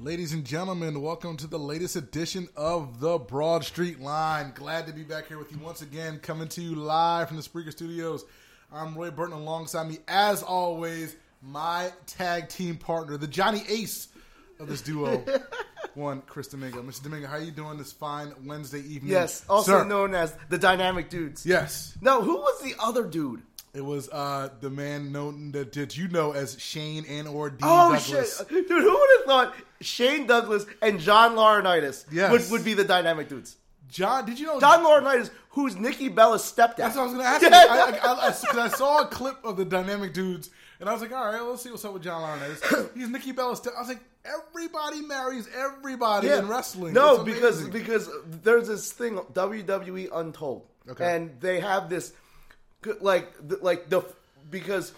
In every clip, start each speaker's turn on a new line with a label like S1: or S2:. S1: Ladies and gentlemen, welcome to the latest edition of the Broad Street Line. Glad to be back here with you once again, coming to you live from the Spreaker Studios. I'm Roy Burton alongside me, as always, my tag team partner, the Johnny Ace of this duo, one, Chris Domingo. Mr. Domingo, how you doing this fine Wednesday evening?
S2: Yes, also
S1: Sir.
S2: known as the Dynamic Dudes.
S1: Yes,
S2: No, who was the other dude?
S1: it was uh, the man known that did you know as Shane and or Dean
S2: Oh
S1: Douglas.
S2: shit, dude! Who would have thought Shane Douglas and John Laurinaitis
S1: Yes.
S2: would, would be the Dynamic Dudes?
S1: John, did you know
S2: John Laurinaitis, who's Nikki Bella's stepdad.
S1: That's what I was gonna ask. you.
S2: Yeah,
S1: I, I, I- I- 'cause I saw a clip of the dynamic dudes, and I was like, all right, let's see what's up with John Laurinaitis. He's Nikki Bella's. T- I was like, everybody marries everybody
S2: yeah.
S1: in wrestling.
S2: No,
S1: It's
S2: because
S1: amazing.
S2: because there's this thing WWE Untold,
S1: Okay.
S2: and they have this like th- like the because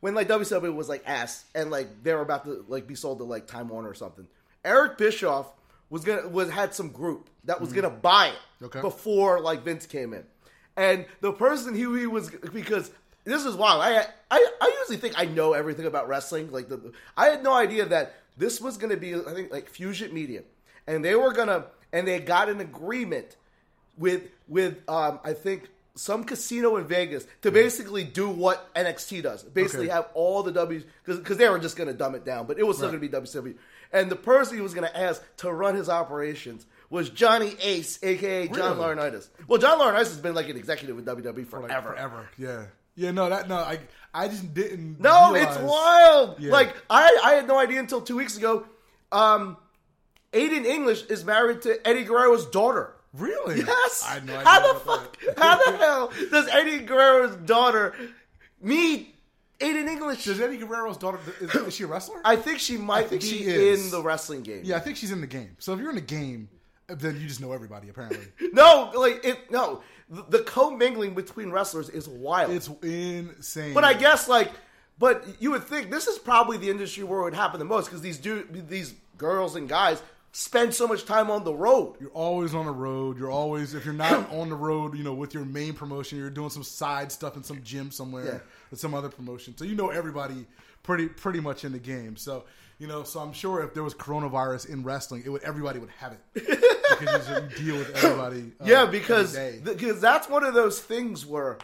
S2: when like WCW was like ass and like they were about to like be sold to like Time Warner or something. Eric Bischoff was gonna was had some group that was gonna buy it
S1: Mm-hmm. Okay.
S2: before like Vince came in, and the person he, he was because. This is wild. I, I I usually think I know everything about wrestling. Like the, I had no idea that this was going to be. I think like Fusion Media, and they were gonna and they got an agreement with with um, I think some casino in Vegas to basically do what NXT does, basically
S1: Mm-hmm. Okay.
S2: have all the W's because they were just going to dumb it down, but it was still going to be WCW. And the person he was going to ask to run his operations was Johnny Ace, aka John
S1: Really?
S2: Laurinaitis. Well, John Laurinaitis has been like an executive with WWE forever.
S1: Like, forever, yeah, yeah. No, that no, I I just didn't.
S2: No,
S1: realize-
S2: it's wild.
S1: Yeah.
S2: Like I, I had no idea until two weeks ago. Um, Aiden English is married to Eddie Guerrero's daughter.
S1: Really?
S2: Yes.
S1: I had no idea
S2: How the
S1: about
S2: fuck?
S1: that.
S2: How the hell does Eddie Guerrero's daughter meet Aiden English?
S1: Does Eddie Guerrero's daughter is, is she a wrestler?
S2: I think she might
S1: think
S2: be
S1: she is.
S2: in the wrestling game.
S1: yeah, I think she's in the game. So if you're in the game, then you just know everybody. Apparently,
S2: No, like it. No, the, the commingling between wrestlers is wild.
S1: it's insane.
S2: But I guess like, but you would think this is probably the industry where it would happen the most because these dude, these girls and guys spend so much time on the road.
S1: You're always on the road. You're always if you're not on the road, you know, with your main promotion, you're doing some side stuff in some gym somewhere
S2: Yeah.
S1: or some other promotion. So you know everybody pretty pretty much in the game. So you know, so I'm sure if there was coronavirus in wrestling, it would everybody would have it because you, just deal with everybody. uh,
S2: yeah, because
S1: every day.
S2: because that's one of those things where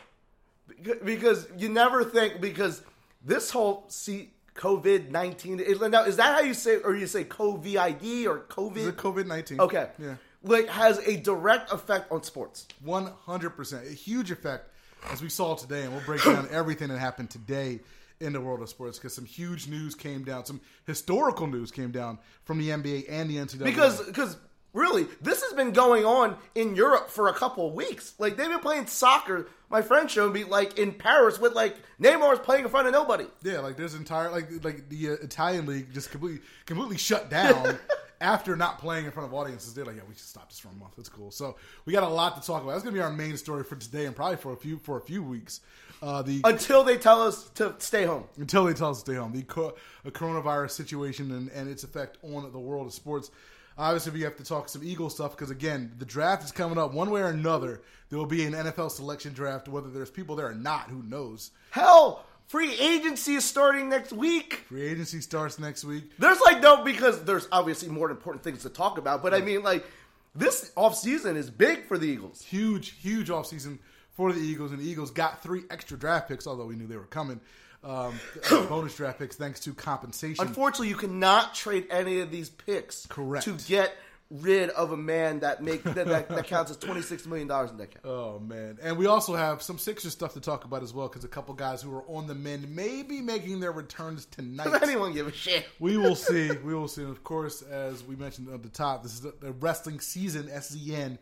S2: beca- because you never think because this whole see COVID nineteen now is that how you say or you say COVID or
S1: the
S2: COVID?
S1: COVID nineteen.
S2: Okay,
S1: yeah,
S2: like has a direct effect on sports.
S1: one hundred percent, a huge effect as we saw today, and we'll break down everything that happened today. In the world of sports, because some huge news came down, some historical news came down from the NBA and the NCAA.
S2: because because really this has been going on in Europe for a couple of weeks. Like they've been playing soccer. My friend showed me like in Paris with like Neymar's playing in front of nobody.
S1: Yeah, like there's entire like like the uh, Italian league just completely completely shut down after not playing in front of audiences. They're like, yeah, we should stop this for a month. It's cool. So we got a lot to talk about. That's gonna be our main story for today and probably for a few for a few weeks. Uh, the
S2: Until they tell us to stay home.
S1: until they tell us to stay home. The co- a coronavirus situation and, and its effect on the world of sports. Obviously, we have to talk some Eagle stuff because again, the draft is coming up. One way or another, there will be an NFL selection draft. Whether there's people there or not, who knows?
S2: Hell, free agency is starting next week.
S1: Free agency starts next week.
S2: There's like no because there's obviously more important things to talk about, but I mean like this offseason is big for the Eagles.
S1: huge, huge offseason for the Eagles, and the Eagles got three extra draft picks, although we knew they were coming. um, bonus draft picks thanks to compensation.
S2: Unfortunately, you cannot trade any of these picks
S1: Correct.
S2: to get rid of a man that make that, that, that counts as twenty six million dollars in that count.
S1: Oh man, and we also have some Sixers stuff to talk about as well because a couple guys who are on the mend may be making their returns
S2: Does
S1: tonight.
S2: anyone give a shit?
S1: we will see. We will see. And of course, as we mentioned at the top, this is the- the wrestling season. SEN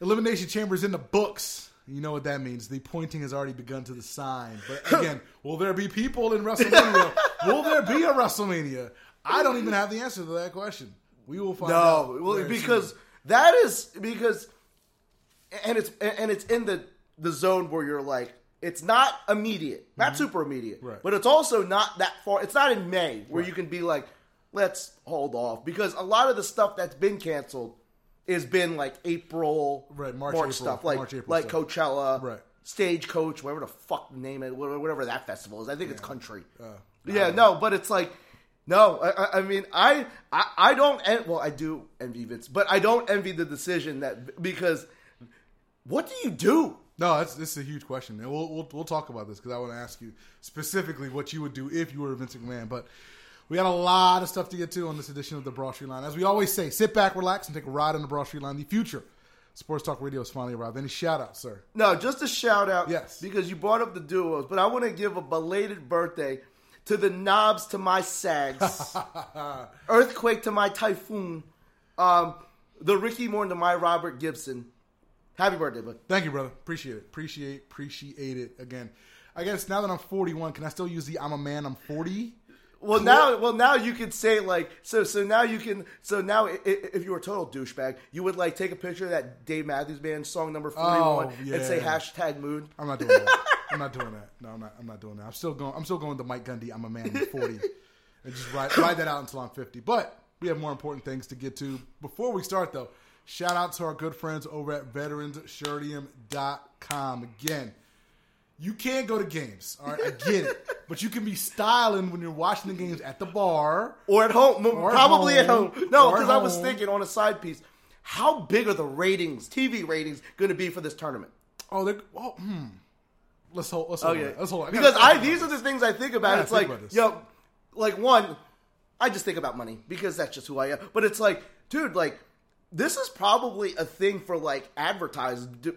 S1: elimination chamber is in the books. You know what that means. The pointing has already begun to the sign. But again, will there be people in WrestleMania? will there be a WrestleMania? I don't even have the answer to that question. We will find out.
S2: No, well,
S1: very
S2: because
S1: soon.
S2: that is because, and it's and it's in the the zone where you're like, it's not immediate, not super immediate,
S1: Mm-hmm. Right.
S2: but it's also not that far. It's not in May where you can be like, let's hold off because a lot of the stuff that's been canceled has been like April,
S1: Right, March, April,
S2: stuff, like
S1: March, April
S2: like
S1: stuff.
S2: Coachella,
S1: Right.
S2: Stagecoach, whatever the fuck the name it, wha- whatever that festival is. I think it's country.
S1: Uh,
S2: yeah, no, but it's like no. I, I- I mean, I, I, I don't. En- well, I do envy Vince, but I don't envy the decision that because what do you do?
S1: No, that's this is a huge question, and we'll we'll, we'll talk about this because I want to ask you specifically what you would do if you were Vince McMahon. But we got a lot of stuff to get to on this edition of the Broad Street Line. As we always say, sit back, relax, and take a ride on the Broad Street Line. The future sports talk radio has finally arrived. Any shout out, sir?
S2: No, just a shout out.
S1: Yes.
S2: because you brought up the duos, but I want to give a belated birthday to the knobs to my sags, earthquake to my typhoon, um, the Ricky Morton to my Robert Gibson. Happy birthday, bud.
S1: Thank you, brother. Appreciate it. Appreciate appreciate it again. I guess now that I'm 41, can I still use the "I'm a man, I'm 40"?
S2: Well now, well now you could say like so. So now you can. So now, i- i- if you were a total douchebag, you would like take a picture of that Dave Matthews Band song number forty-one
S1: Oh,
S2: and say
S1: yeah.
S2: hashtag mood.
S1: I'm not doing that. I'm not doing that. No, I'm not. I'm not doing that. I'm still going. I'm still going to Mike Gundy. I'm a man. I'm 40, and just ride, ride that out until I'm 50. But we have more important things to get to. Before we start, though, shout out to our good friends over at VeteransShirtium.com. Again, you can go to games. All right, I get it. But you can be styling when you're watching the games at the bar.
S2: Or at home, m-
S1: Or at
S2: probably
S1: home.
S2: at home. No,
S1: Or at
S2: because I was
S1: home.
S2: thinking on a side piece, how big are the ratings, TV ratings, going to be for this tournament?
S1: Oh, they're oh. Hmm. Let's hold. Let's hold. on
S2: Okay,
S1: that. Let's hold. on.
S2: Oh, because
S1: gotta-
S2: I these are the things I think about.
S1: Yeah,
S2: it's
S1: think
S2: like
S1: about this.
S2: yo, like one, I just think about money because that's just who I am. But it's like, dude, like this is probably a thing for like advertisers. Do-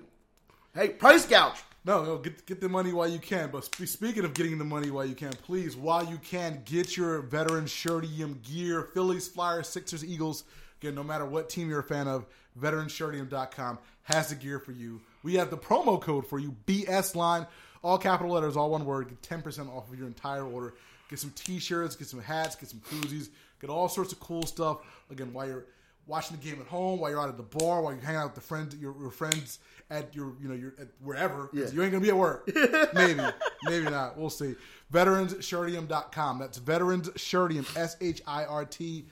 S2: Hey, price gouge.
S1: No, no, get get the money while you can. But sp- speaking of getting the money while you can, please, while you can, get your veteran shirtium gear. Phillies, Flyers, Sixers, Eagles. Again, no matter what team you're a fan of, veteranshirtium.com has the gear for you. We have the promo code for you, BS line, all capital letters, all one word. Get 10% off of your entire order. Get some t-shirts, get some hats, get some koozies, get all sorts of cool stuff. Again, while you're watching the game at home, while you're out at the bar, while you're hanging out with the friends, your, your friends at your, you know, your at wherever. 'cause
S2: Yeah.
S1: You ain't gonna be at work. maybe, maybe not. We'll see. VeteransShirtium.com. That's VeteransShirtium. S H I R T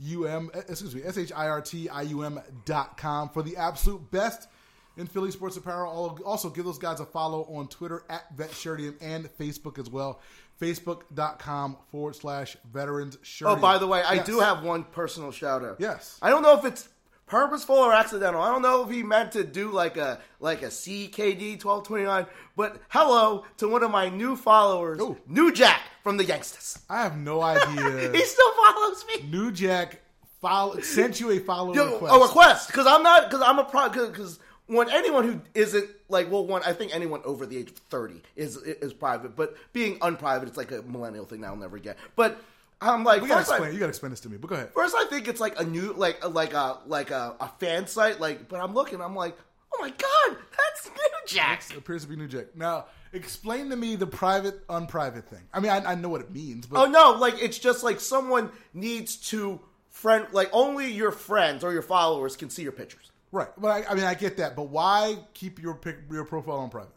S1: U M. eh, Excuse me. S H I R T I U M dot com for the absolute best in Philly sports apparel. Al- Also, give those guys a follow on Twitter at VetShirtium and Facebook as well. Facebook.com forward slash Veterans
S2: Oh, by the way, I do have one personal shout out.
S1: Yes.
S2: I don't know if it's purposeful or accidental. I don't know if he meant to do like a like a CKD twelve twenty nine. But hello to one of my new followers,
S1: Ooh.
S2: New Jack from the Youngsters.
S1: I have no idea.
S2: He still follows me.
S1: New Jack follow, sent you a follow
S2: Yo, oh,
S1: request.
S2: A request, because I'm not, because I'm a pro, because when anyone who isn't like, well, one, I think anyone over the age of thirty is is private, but being unprivate, it's like a millennial thing that I'll never get. But I'm like,
S1: You gotta
S2: first
S1: explain.
S2: I,
S1: You gotta explain this to me. But go ahead.
S2: first I think it's like a new, like a- like a like a, a fan site, like. But I'm looking, I'm like, oh my god, that's New Jack.
S1: appears to be New Jack. Now, explain to me the private unprivate thing. I mean, I, I know what it means, but
S2: Oh no, like it's just like someone needs to friend, like only your friends or your followers can see your pictures.
S1: right. But I, I mean, I get that. But why keep your pic, your profile on private?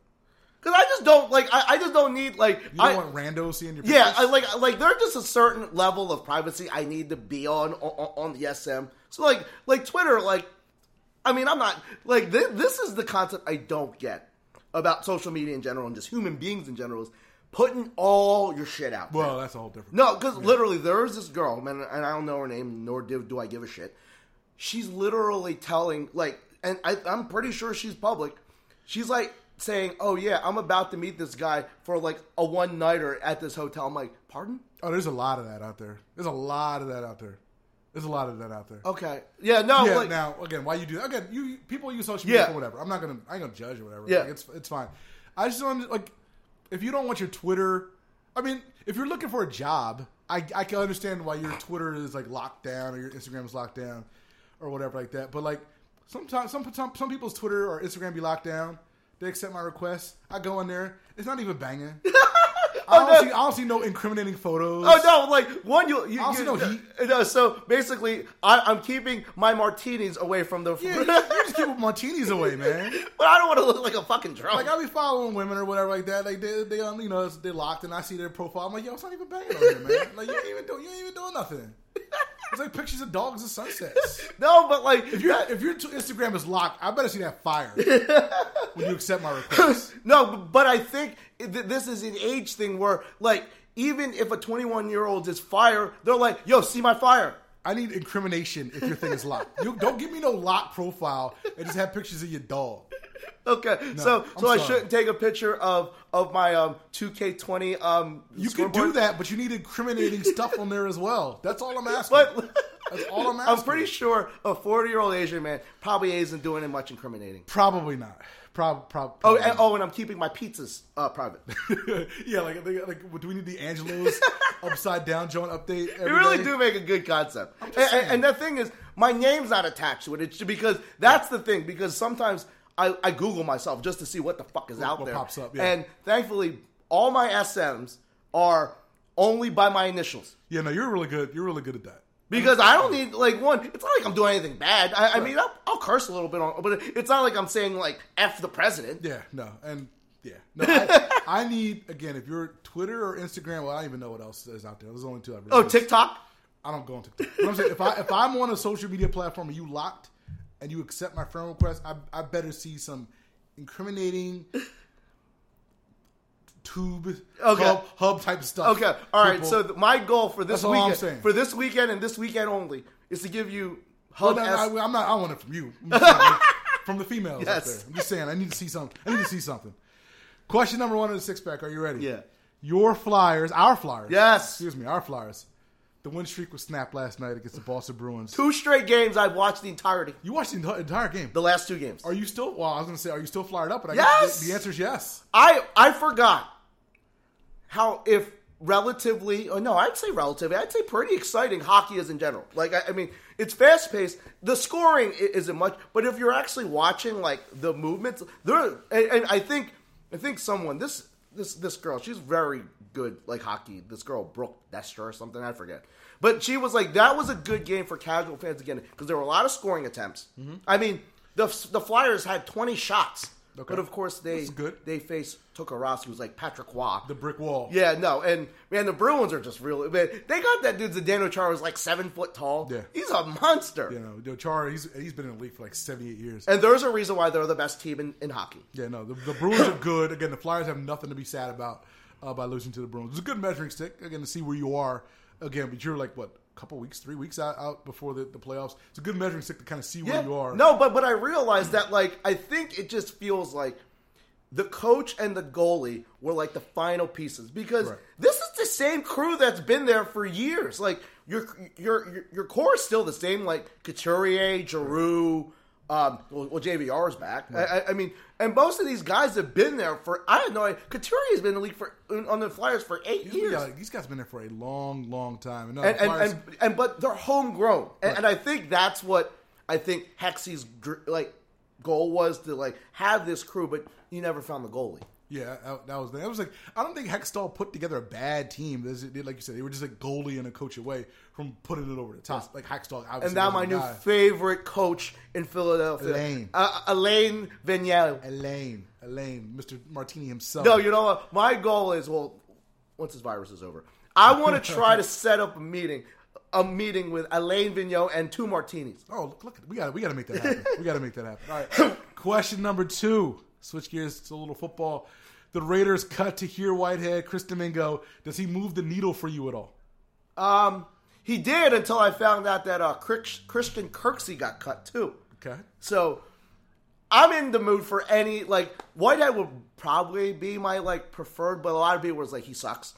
S2: Cause I just don't like I, I just don't need like
S1: You don't
S2: I,
S1: want randos seeing your pictures?
S2: Yeah, I, like like there's just a certain level of privacy I need to be on on, on the SM. So like like Twitter, like I mean I'm not like this, this is the concept I don't get about social media in general and just human beings in general is putting all your shit out. there.
S1: well, that's a whole different.
S2: No, because literally there is this girl, man, and I don't know her name, nor do, do I give a shit. She's literally telling, like, and I, I'm pretty sure she's public. She's like, saying, "Oh yeah, I'm about to meet this guy for like a one nighter at this hotel." I'm like, "Pardon?"
S1: Oh, there's a lot of that out there. There's a lot of that out there. There's a lot of that out there.
S2: Okay, yeah, no,
S1: yeah.
S2: like,
S1: now, again, why you do? Again, you people use social media
S2: Yeah.
S1: for whatever. I'm not gonna. I ain't gonna judge or whatever.
S2: Yeah.
S1: Like, it's it's fine. I just don't like if you don't want your Twitter. I mean, if you're looking for a job, I I can understand why your Twitter is like locked down or your Instagram is locked down or whatever like that. But like sometimes some some, some people's Twitter or Instagram be locked down. They accept my request. I go in there. It's not even banging. I, don't
S2: Oh, no.
S1: see, I don't see no incriminating photos.
S2: Oh no! Like one, you you,
S1: Also,
S2: you
S1: no heat.
S2: no, So basically, I, I'm keeping my martinis away from the.
S1: Yeah, you, you just keep martinis away, man.
S2: but I don't want to look like a fucking drunk.
S1: Like I be following women or whatever like that. Like they, they um, you know, they locked, and I see their profile. I'm like, yo, it's not even banging on here, man. Like you ain't even doing, you ain't even doing nothing. It's like pictures of dogs and sunsets.
S2: no, but like
S1: If your if your t- Instagram is locked, I better see that fire when you accept my request.
S2: No, b- but I think th- this is an age thing where, like, even if a 21 year old is fire, they're like, yo, see my fire.
S1: I need incrimination if your thing is locked. You don't give me no locked profile and just have pictures of your dog.
S2: Okay, so
S1: I'm
S2: so I
S1: sorry.
S2: shouldn't take a picture of of my um 2K20 um.
S1: You can do
S2: scoreboard?
S1: that, but you need incriminating stuff on there as well. That's all I'm asking.
S2: But
S1: That's all I'm asking.
S2: I'm pretty sure a 40 year old Asian man probably isn't doing it much incriminating.
S1: Probably not. Prob, prob,
S2: Oh,
S1: probably
S2: and,
S1: not.
S2: oh, and I'm keeping my pizzas uh, private.
S1: yeah, like, they- like, do we need the Angelo's upside down joint update?
S2: They
S1: every
S2: really
S1: day?
S2: do make a good concept. And,
S1: just saying.
S2: and- and the thing is, my name's not attached to it. It's because that's the thing. Because sometimes I, I Google myself just to see what the fuck is out
S1: what
S2: there.
S1: pops up, yeah.
S2: And thankfully, all my SMs are only by my initials.
S1: Yeah, no, you're really good. You're really good at that.
S2: Because I don't need like one. It's not like I'm doing anything bad. I, I mean, I'll, I'll curse a little bit on, but it's not like I'm saying like f the president.
S1: Yeah, no, and yeah, no. I, I need again if you're Twitter or Instagram. Well, I don't even know what else is out there. There's only two. I really
S2: Oh,
S1: use.
S2: TikTok.
S1: I don't go on TikTok. But I'm saying, if I if I'm on a social media platform and you locked and you accept my friend request, I I better see some incriminating. Tube,
S2: Okay.
S1: hub, hub type stuff.
S2: Okay, all right.
S1: People-
S2: So th- my goal for
S1: That's
S2: this
S1: all I'm saying.
S2: weekend, for this weekend and this weekend only, is to give you
S1: Well,
S2: hub
S1: no,
S2: S-
S1: no, I, am not. I want it from you. I'm just saying, from the females out
S2: Yes.
S1: there. I'm just saying. I need to see something. I need to see something. Question number one of the six pack. Are you ready?
S2: Yeah.
S1: Your Flyers, our Flyers.
S2: Yes.
S1: Excuse me, our Flyers. The win streak was snapped last night against the Boston Bruins.
S2: two straight games I've watched the entirety.
S1: You watched the enti- entire game.
S2: The last two games.
S1: Are you still? Well, I was going to say, are you still fired up? But I guess
S2: Yes!
S1: the, the answer is yes.
S2: I I forgot how if relatively oh no I'd say relatively I'd say pretty exciting hockey is in general. Like I, I mean it's fast paced. The scoring i- isn't much, but if you're actually watching like the movements, there and, and I think I think someone this. This, this girl, she's very good, like hockey. This girl, Brooke Dester or something, I forget. But she was like, that was a good game for casual fans again, because there were a lot of scoring attempts.
S1: Mm-hmm.
S2: I mean, the, the Flyers had 20 shots.
S1: Okay.
S2: But of course, they
S1: That's good.
S2: they face Tokarowski, who's like Patrick Waugh.
S1: The brick wall.
S2: yeah, no, and man, the Bruins are just really man. They got that dude Zdeno Chara was like seven foot tall.
S1: Yeah.
S2: he's a monster.
S1: You know, Chara. He's he's been in the league for like 78 years.
S2: And there's a reason why they're the best team in, in hockey.
S1: Yeah, no, the, the Bruins are good. Again, the Flyers have nothing to be sad about uh, by losing to the Bruins. It's a good measuring stick again to see where you are. Again, but you're like what, a couple weeks, three weeks out, out before the, the playoffs. It's a good measuring stick to kind of see where you are.
S2: No, but but I realized that like I think it just feels like the coach and the goalie were like the final pieces because
S1: Right.
S2: this is the same crew that's been there for years. Like your your your, your core is still the same. Like Couturier, Giroux. Um, well, well, JVR is back. I, I, I mean, and most of these guys have been there for. I don't know. Couturier has been in the league for on the Flyers for eight
S1: These-
S2: years
S1: yeah, these guys have been there for a long, long time. And, no,
S2: and
S1: the Flyers,
S2: and, and, and but they're homegrown, and, and I think that's what I think Hexy's dr- like goal was to like have this crew, but you never found the goalie.
S1: yeah, that, that was that was like I don't think Hextall put together a bad team. This- it- like you said, they were just like goalie and a coach away from putting it over the top. Like Hextall, obviously
S2: And now
S1: was
S2: my
S1: the
S2: new
S1: guy.
S2: favorite coach in Philadelphia,
S1: Elaine.
S2: uh, Elaine Vigneault.
S1: Elaine, Elaine, Mr. Martini himself.
S2: No, you know what? My goal is well, once this virus is over, I want to try to set up a meeting, a meeting with Elaine Vigneault and two martinis.
S1: Oh, look, look we got we got to make that happen. we got to make that happen. All right. Question number two. Switch gears to a little football. The Raiders cut to here Whitehead, Chris Domingo. Does he move the needle for you at all?
S2: Um, he did until I found out that uh, Chris- Christian Kirksey got cut too.
S1: Okay.
S2: So I'm in the mood for any like Whitehead would probably be my like preferred, but a lot of people was like he sucks,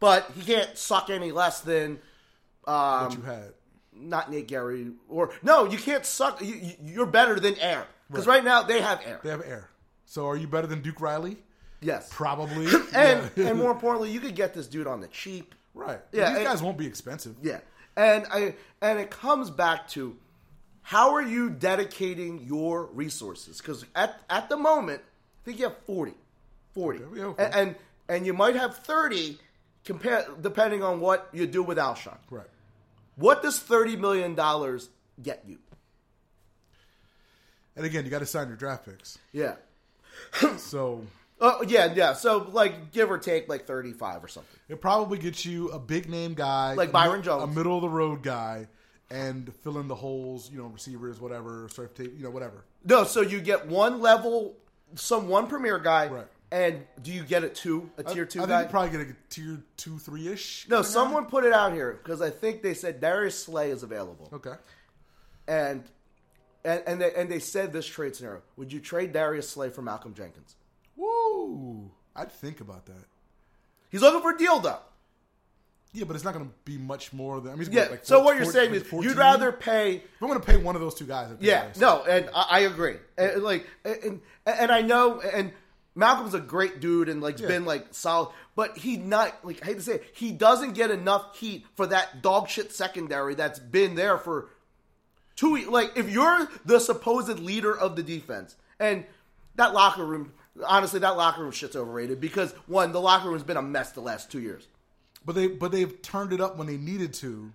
S2: but he can't suck any less than um,
S1: what you had.
S2: not Nate Gary or no, you can't suck. You, you- you're better than Air because right. now they have Air.
S1: They have air. So are you better than Duke Riley?
S2: yes,
S1: Probably.
S2: and
S1: Yeah.
S2: and more importantly, you could get this dude on the cheap.
S1: right.
S2: Yeah,
S1: These
S2: and-
S1: guys won't be expensive.
S2: Yeah, and I and it comes back to how are you dedicating your resources? Because at at the moment, I think you have 40, 40,
S1: Okay, yeah, okay.
S2: and, and and you might have thirty, compare depending on what you do with Alshon.
S1: Right.
S2: What does thirty million dollars get you?
S1: And again, you got to sign your draft picks.
S2: Yeah.
S1: So
S2: Oh yeah, yeah. So like, give or take, like thirty-five or something.
S1: it probably gets you a big name guy,
S2: Like
S1: a
S2: Byron
S1: mid-
S2: Jones.
S1: a middle of the road guy, and fill in the holes. You know, receivers, whatever, surf tape, you know, whatever.
S2: No, so you get one level, some one premier guy,
S1: Right.
S2: and do you get a two, a tier two
S1: I
S2: guy?
S1: think you probably get a tier two, three ish.
S2: no, someone put it out here because I think they said Darius Slay is available,
S1: Okay.
S2: and and and they, and they said this trade scenario: Would you trade Darius Slay for Malcolm Jenkins?
S1: Woo! I'd think about that.
S2: He's looking for a deal though.
S1: Yeah, but it's not going to be much more than. I mean, it's gonna
S2: Yeah.
S1: be like
S2: so
S1: four-
S2: what you're
S1: four-
S2: saying is
S1: 14?
S2: you'd rather pay
S1: If I'm going to pay one of those two guys. I'd pay
S2: Yeah,
S1: Darius.
S2: no, and I, I agree. And, like, and and I know, and Malcolm's a great dude, and like, has been like solid, but he not like I hate to say, it, he doesn't get enough heat for that dog shit secondary that's been there for two. ye- Like, if you're the supposed leader of the defense, and that locker room, honestly, that locker room shit's overrated because one, the locker room's been a mess the last two years.
S1: But they but they've turned it up when they needed to.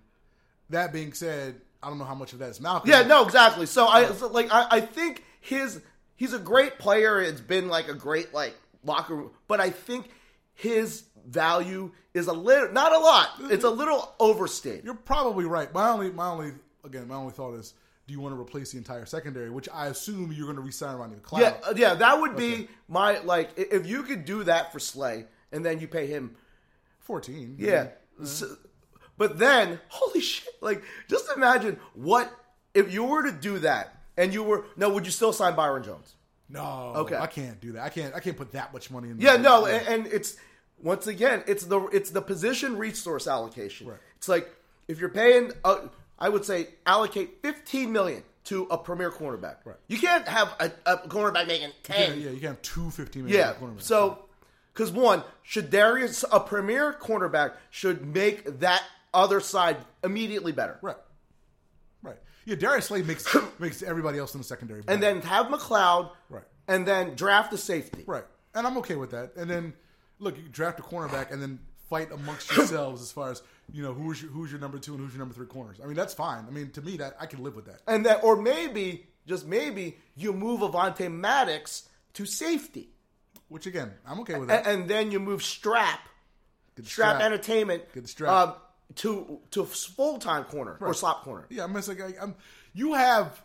S1: That being said, I don't know how much of that is Malcolm.
S2: Yeah, no, exactly. So I so, like I, I think his he's a great player. It's been like a great like locker room, but I think his value is a little not a lot. It's a little overstated.
S1: You're probably right. My only my only again my only thought is, do you want to replace the entire secondary? Which I assume you're going to resign Ronnie McLeod.
S2: Yeah, uh, yeah, that would be my like i- if you could do that for Slay and then you pay him.
S1: Fourteen.
S2: Yeah. So- but then, holy shit, like just imagine what if you were to do that and you were no, would you still sign Byron Jones?
S1: No.
S2: Okay.
S1: I can't do that. I can't. I can't put that much money in.
S2: Yeah,
S1: there.
S2: no, and, and it's once again, it's the it's the position resource allocation.
S1: Right.
S2: It's like if you're paying, uh, I would say allocate 15 million to a premier cornerback.
S1: Right.
S2: You can't have a, a cornerback making
S1: yeah,
S2: 10.
S1: yeah, you can have two 15 minute
S2: Yeah.
S1: cornerbacks.
S2: So, because one, should Darius, a premier cornerback, should make that other side immediately better,
S1: right, right. Yeah, Darius Slay makes makes everybody else in the secondary.
S2: and
S1: better.
S2: then have McLeod,
S1: Right.
S2: and then draft a safety,
S1: right, and I'm okay with that. And then look, you draft a cornerback and then fight amongst yourselves as far as you know who's your, who's your number two and who's your number three corners. I mean, that's fine. I mean, to me, that I can live with that.
S2: and then or maybe just maybe you move Avante Maddox to safety.
S1: Which again, I'm okay with that.
S2: and, and then you move Strap,
S1: Good
S2: Strap,
S1: strap.
S2: Entertainment,
S1: Get the strap.
S2: um, to to full time corner or slot corner.
S1: Yeah, I'm just like, I- I'm, you have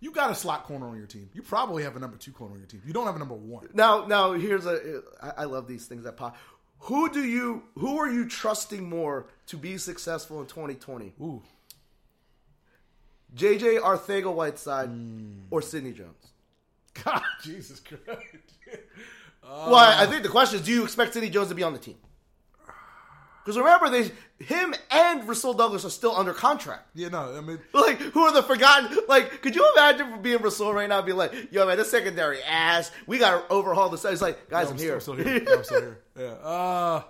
S1: you got a slot corner on your team. You probably have a number two corner on your team. You don't have a number one.
S2: Now, now here's a I, I love these things that pop. Who do you who are you trusting more to be successful in 2020?
S1: Ooh,
S2: JJ Arthego Whiteside
S1: Hmm.
S2: or Sidney Jones?
S1: God, Jesus Christ.
S2: well, I, I think the question is, do you expect Sidney Jones to be on the team? Because remember, they him and Russell Douglas are still under contract.
S1: yeah, no, I mean,
S2: Like, who are the forgotten? Like, could you imagine being Rasul right now and be like, yo, man, this secondary ass. We got to overhaul this. It's like, guys,
S1: I'm,
S2: I'm,
S1: still-
S2: here.
S1: I'm still here. No, I'm still here. Yeah. Uh,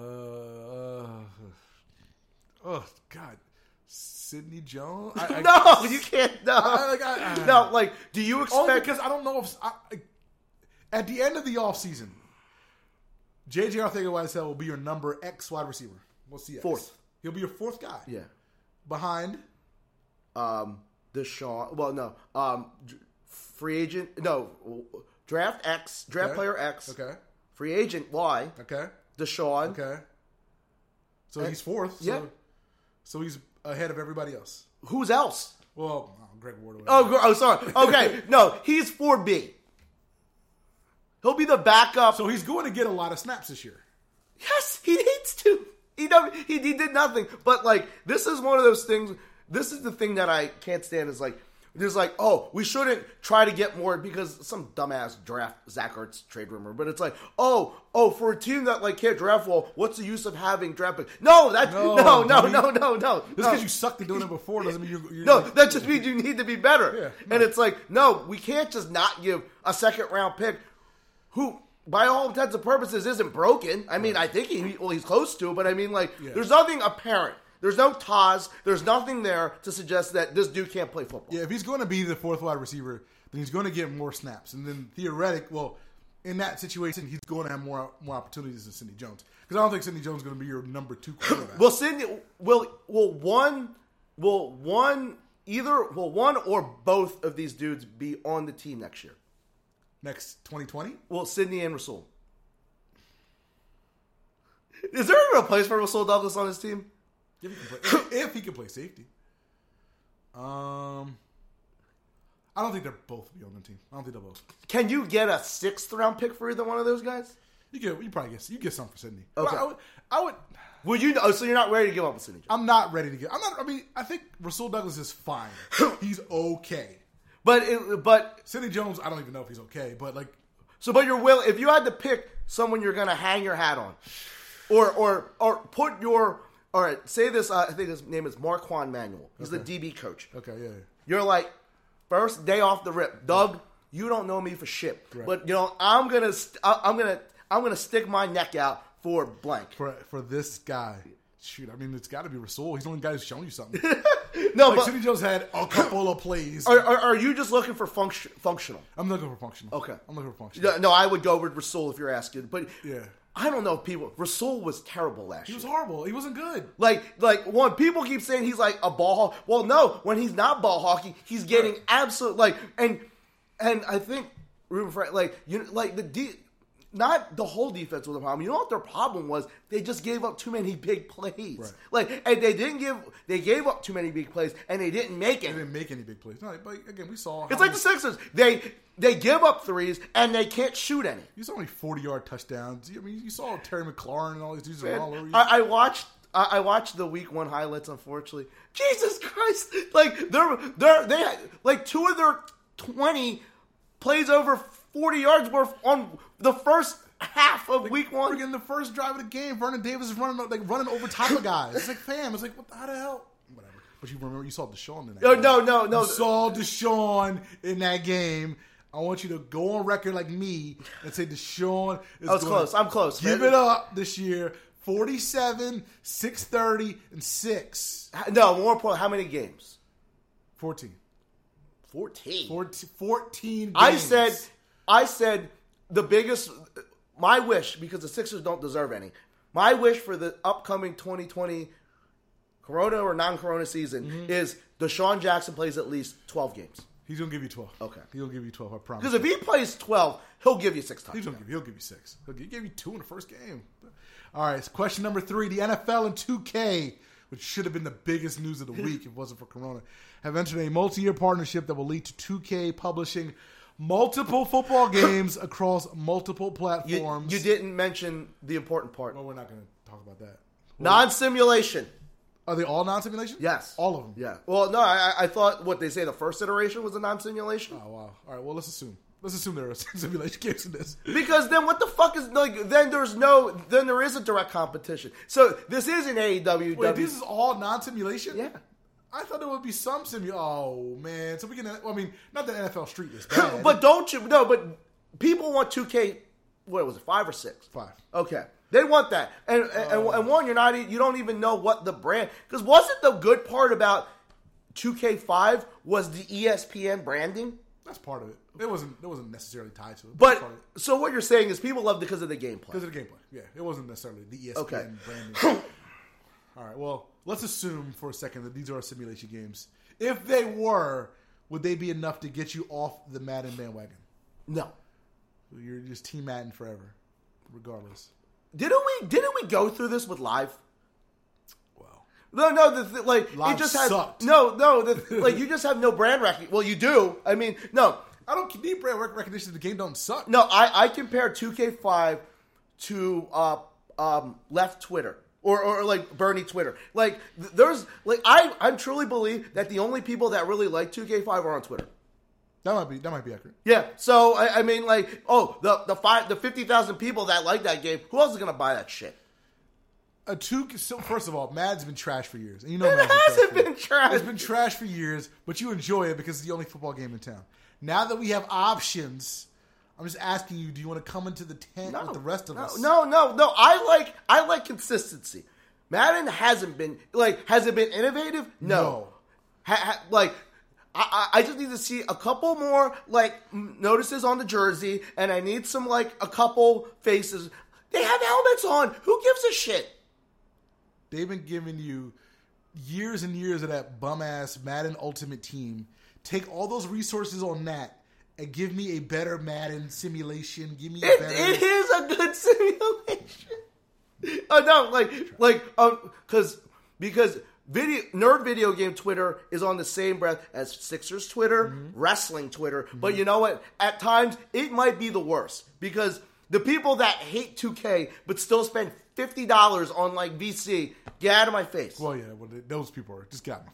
S1: oh, uh, oh, God, Sidney Jones. I, I,
S2: no, you can't. No.
S1: I- like, I- I-
S2: no, like, do you expect.
S1: Only because I don't know if I, I- at the end of the offseason, JJ Arthega-Whiteside will be your number X wide receiver. We'll see. X.
S2: Fourth.
S1: He'll be your fourth guy.
S2: yeah.
S1: Behind.
S2: Um, Deshaun. Well, no. Um, d- free agent. No. Draft X. Draft
S1: Okay.
S2: player X.
S1: Okay.
S2: Free agent Y.
S1: Okay.
S2: Deshaun.
S1: Okay. So he's fourth. So,
S2: yeah.
S1: So he's ahead of everybody else.
S2: Who's else?
S1: Well, oh, Greg Ward. or whatever.
S2: Oh, gr- oh, sorry. Okay. no, he's 4B. He'll be the backup.
S1: So he's going to get a lot of snaps this year.
S2: Yes, he needs to. He don't, he, he did nothing. But like this is one of those things. This is the thing that I can't stand is like It's like, oh, we shouldn't try to get more because some dumbass draft Zach Ertz trade rumor. But it's like, oh, oh, for a team that like can't draft well, what's the use of having draft picks? No, that
S1: No,
S2: no, no, no,
S1: dummy.
S2: no, no, no.
S1: Just because you sucked at doing it before doesn't mean you're, you're
S2: No, that just means you need to be better.
S1: Yeah, no.
S2: And it's like, no, we can't just not give a second round pick who, by all intents and purposes, isn't broken. I mean, I think he, well, he's close to, but I mean, like, there's nothing apparent. There's no ties. There's nothing there to suggest that this dude can't play football.
S1: Yeah, if he's going to be the fourth wide receiver, then he's going to get more snaps, and then theoretic, well, in that situation, he's going to have more more opportunities than Sidney Jones because I don't think Sidney Jones is going to be your number two quarterback.
S2: Will Sidney? Will will one? Will one either? Will one or both of these dudes be on the team next year?
S1: next twenty twenty.
S2: Well, Sidney and Rasul. Is there even a place for Rasul Douglas on his team?
S1: If he, can play, if he can play safety, um, I don't think they're both be on the team. I don't think they'll both.
S2: Can you get a sixth round pick for either one of those guys?
S1: You get, you probably get, you get some for Sidney.
S2: Okay.
S1: But I would, I would,
S2: Would you? Oh, so you're not ready to give up on Sidney? Jones.
S1: I'm not ready to get. I'm not. I mean, I think Rasul Douglas is fine. he's okay.
S2: But it, but
S1: Sidney Jones, I don't even know if he's okay, but like
S2: so but you're will if you had to pick someone you're gonna hang your hat on, or or or put your all right. Say this. Uh, I think his name is Marquand Manuel. He's the DB coach.
S1: okay, yeah, yeah.
S2: You're like, first day off the rip, Doug. You don't know me for shit, but you know I'm gonna, st- I- I'm gonna, I'm gonna stick my neck out for blank.
S1: for for this guy. Shoot, I mean, it's got to be Rasul. He's the only guy who's shown you something.
S2: No,
S1: like,
S2: but
S1: Sidney Jones had a couple of plays.
S2: are, are, are you just looking for function, functional?
S1: I'm looking for functional.
S2: Okay.
S1: I'm looking for functional.
S2: No, no, I would go with Rasul if you're asking, but
S1: Yeah.
S2: I don't know if people. Rasul was terrible last
S1: He
S2: year.
S1: was horrible. He wasn't good.
S2: Like, like one people keep saying he's like a ball hawk. Well, no, when he's not ball hawking, he's getting absolute like and and I think Ruben Frank like you like the de- not the whole defense was a problem. You know what their problem was? They just gave up too many big plays.
S1: Right.
S2: Like, and they didn't give they gave up too many big plays, and they didn't make
S1: He
S2: it.
S1: didn't make any big plays. No, but again, we saw.
S2: It's like the Sixers. They they give up threes and they can't shoot any.
S1: you saw only 40 yard touchdowns. I mean, you saw Terry McLaurin and all these dudes are all over you.
S2: I, I watched. I I watched the week one highlights. Unfortunately, Jesus Christ! Like they're they're they had- like two of their twenty plays over forty yards worth on the first half of week one.
S1: Freaking the first drive of the game, Vernon Davis is running like running over top of guys. It's like, fam, it's like, what the, how the hell? Whatever. But you remember, you saw Deshaun in that.
S2: No,
S1: game.
S2: no, no,
S1: you
S2: no.
S1: saw Deshaun in that game. I want you to go on record like me and say Deshaun is
S2: I was
S1: gonna
S2: close. I'm close.
S1: Give
S2: man.
S1: it up this year. 47, 630, and 6.
S2: No, more important. How many games?
S1: 14.
S2: Fourteen.
S1: 14, 14 games.
S2: I said, I said the biggest. My wish because the Sixers don't deserve any. My wish for the upcoming 2020 Corona or non-Corona season is Deshaun Jackson plays at least 12 games.
S1: He's going to give you 12.
S2: Okay.
S1: He'll give you 12, I promise.
S2: Because if he plays 12, he'll give you six
S1: He's
S2: times.
S1: gonna give you, he'll give you six. He'll give, he gave you two in the first game. All right, so question number three: The NFL and 2K, which should have been the biggest news of the week if it wasn't for Corona, have entered a multi-year partnership that will lead to 2K publishing multiple football games across multiple
S2: You,
S1: platforms.
S2: you didn't mention the important part:
S1: Well, we're not going to talk about that.
S2: non-simulation.
S1: Are they all non-simulation?
S2: Yes,
S1: all of them.
S2: Yeah. Well, no, I, I I thought what they say the first iteration was a non-simulation.
S1: Oh wow. All right. Well, let's assume. Let's assume there are simulation games in this.
S2: Because then what the fuck is like? Then there's no. Then there is a direct competition. So this isn't AEW.
S1: Wait, this is all non-simulation.
S2: Yeah.
S1: I thought there would be some simulation. Oh man, so we can. Well, I mean, not that NFL Street is bad,
S2: but don't you? No, but people want 2K. What was it? Five or six?
S1: five.
S2: Okay, they want that. And and, and one, you're not. e- You don't even know what the brand. Because wasn't the good part about 2K5 was the E ESPN branding?
S1: That's part of it. It wasn't. It wasn't necessarily tied to it. That's
S2: But
S1: part of it.
S2: so what you're saying is people loved it because of the gameplay.
S1: because of the gameplay, yeah, it wasn't necessarily the E ESPN
S2: Okay.
S1: branding. All right. Well, let's assume for a second that these are simulation games. If they were, would they be enough to get you off the Madden bandwagon?
S2: No.
S1: You're just Team Madden forever, regardless.
S2: Didn't we? Didn't we go through this with live?
S1: Wow.
S2: No, no, the th- like
S1: Live
S2: it just has
S1: sucked.
S2: no, no, the, like you just have no brand recognition. Well, you do. I mean, no,
S1: I don't need brand rec- recognition. The game don't suck.
S2: no. I I compare 2K5 to uh um left Twitter. Or, or, or like Bernie Twitter. Like th- there's like I I truly believe that the only people that really like 2K5 are on Twitter.
S1: That might be that might be accurate.
S2: Yeah. So I, I mean, like, oh, the the five the fifty thousand people that like that game, who else is gonna buy that shit?
S1: A two. So first of all, Mad's been trash for years, and you know
S2: It
S1: Mad's
S2: hasn't
S1: been trash.
S2: been trash.
S1: for- It's been trash for years, but you enjoy it because it's the only football game in town. Now that we have options, I'm just asking you: Do you want to come into the tent with the rest of
S2: no,
S1: us?
S2: No, no, no. I like I like consistency. Madden hasn't been like has it been innovative? No.
S1: No.
S2: Ha, ha, like I, I I just need to see a couple more like m- notices on the jersey, and I need some like a couple faces. They have helmets on. Who gives a shit?
S1: They've been giving you years and years of that bum ass Madden Ultimate Team. Take all those resources on that and give me a better Madden simulation. Give me a
S2: It,
S1: better.
S2: it is a good simulation. Oh no, like like um, because because video nerd video game Twitter is on the same breath as Sixers Twitter, wrestling Twitter. But you know what? At times it might be the worst because the people that hate 2K but still spend fifty dollars on like VC, get out of my face.
S1: well, yeah, well, those people are just got me.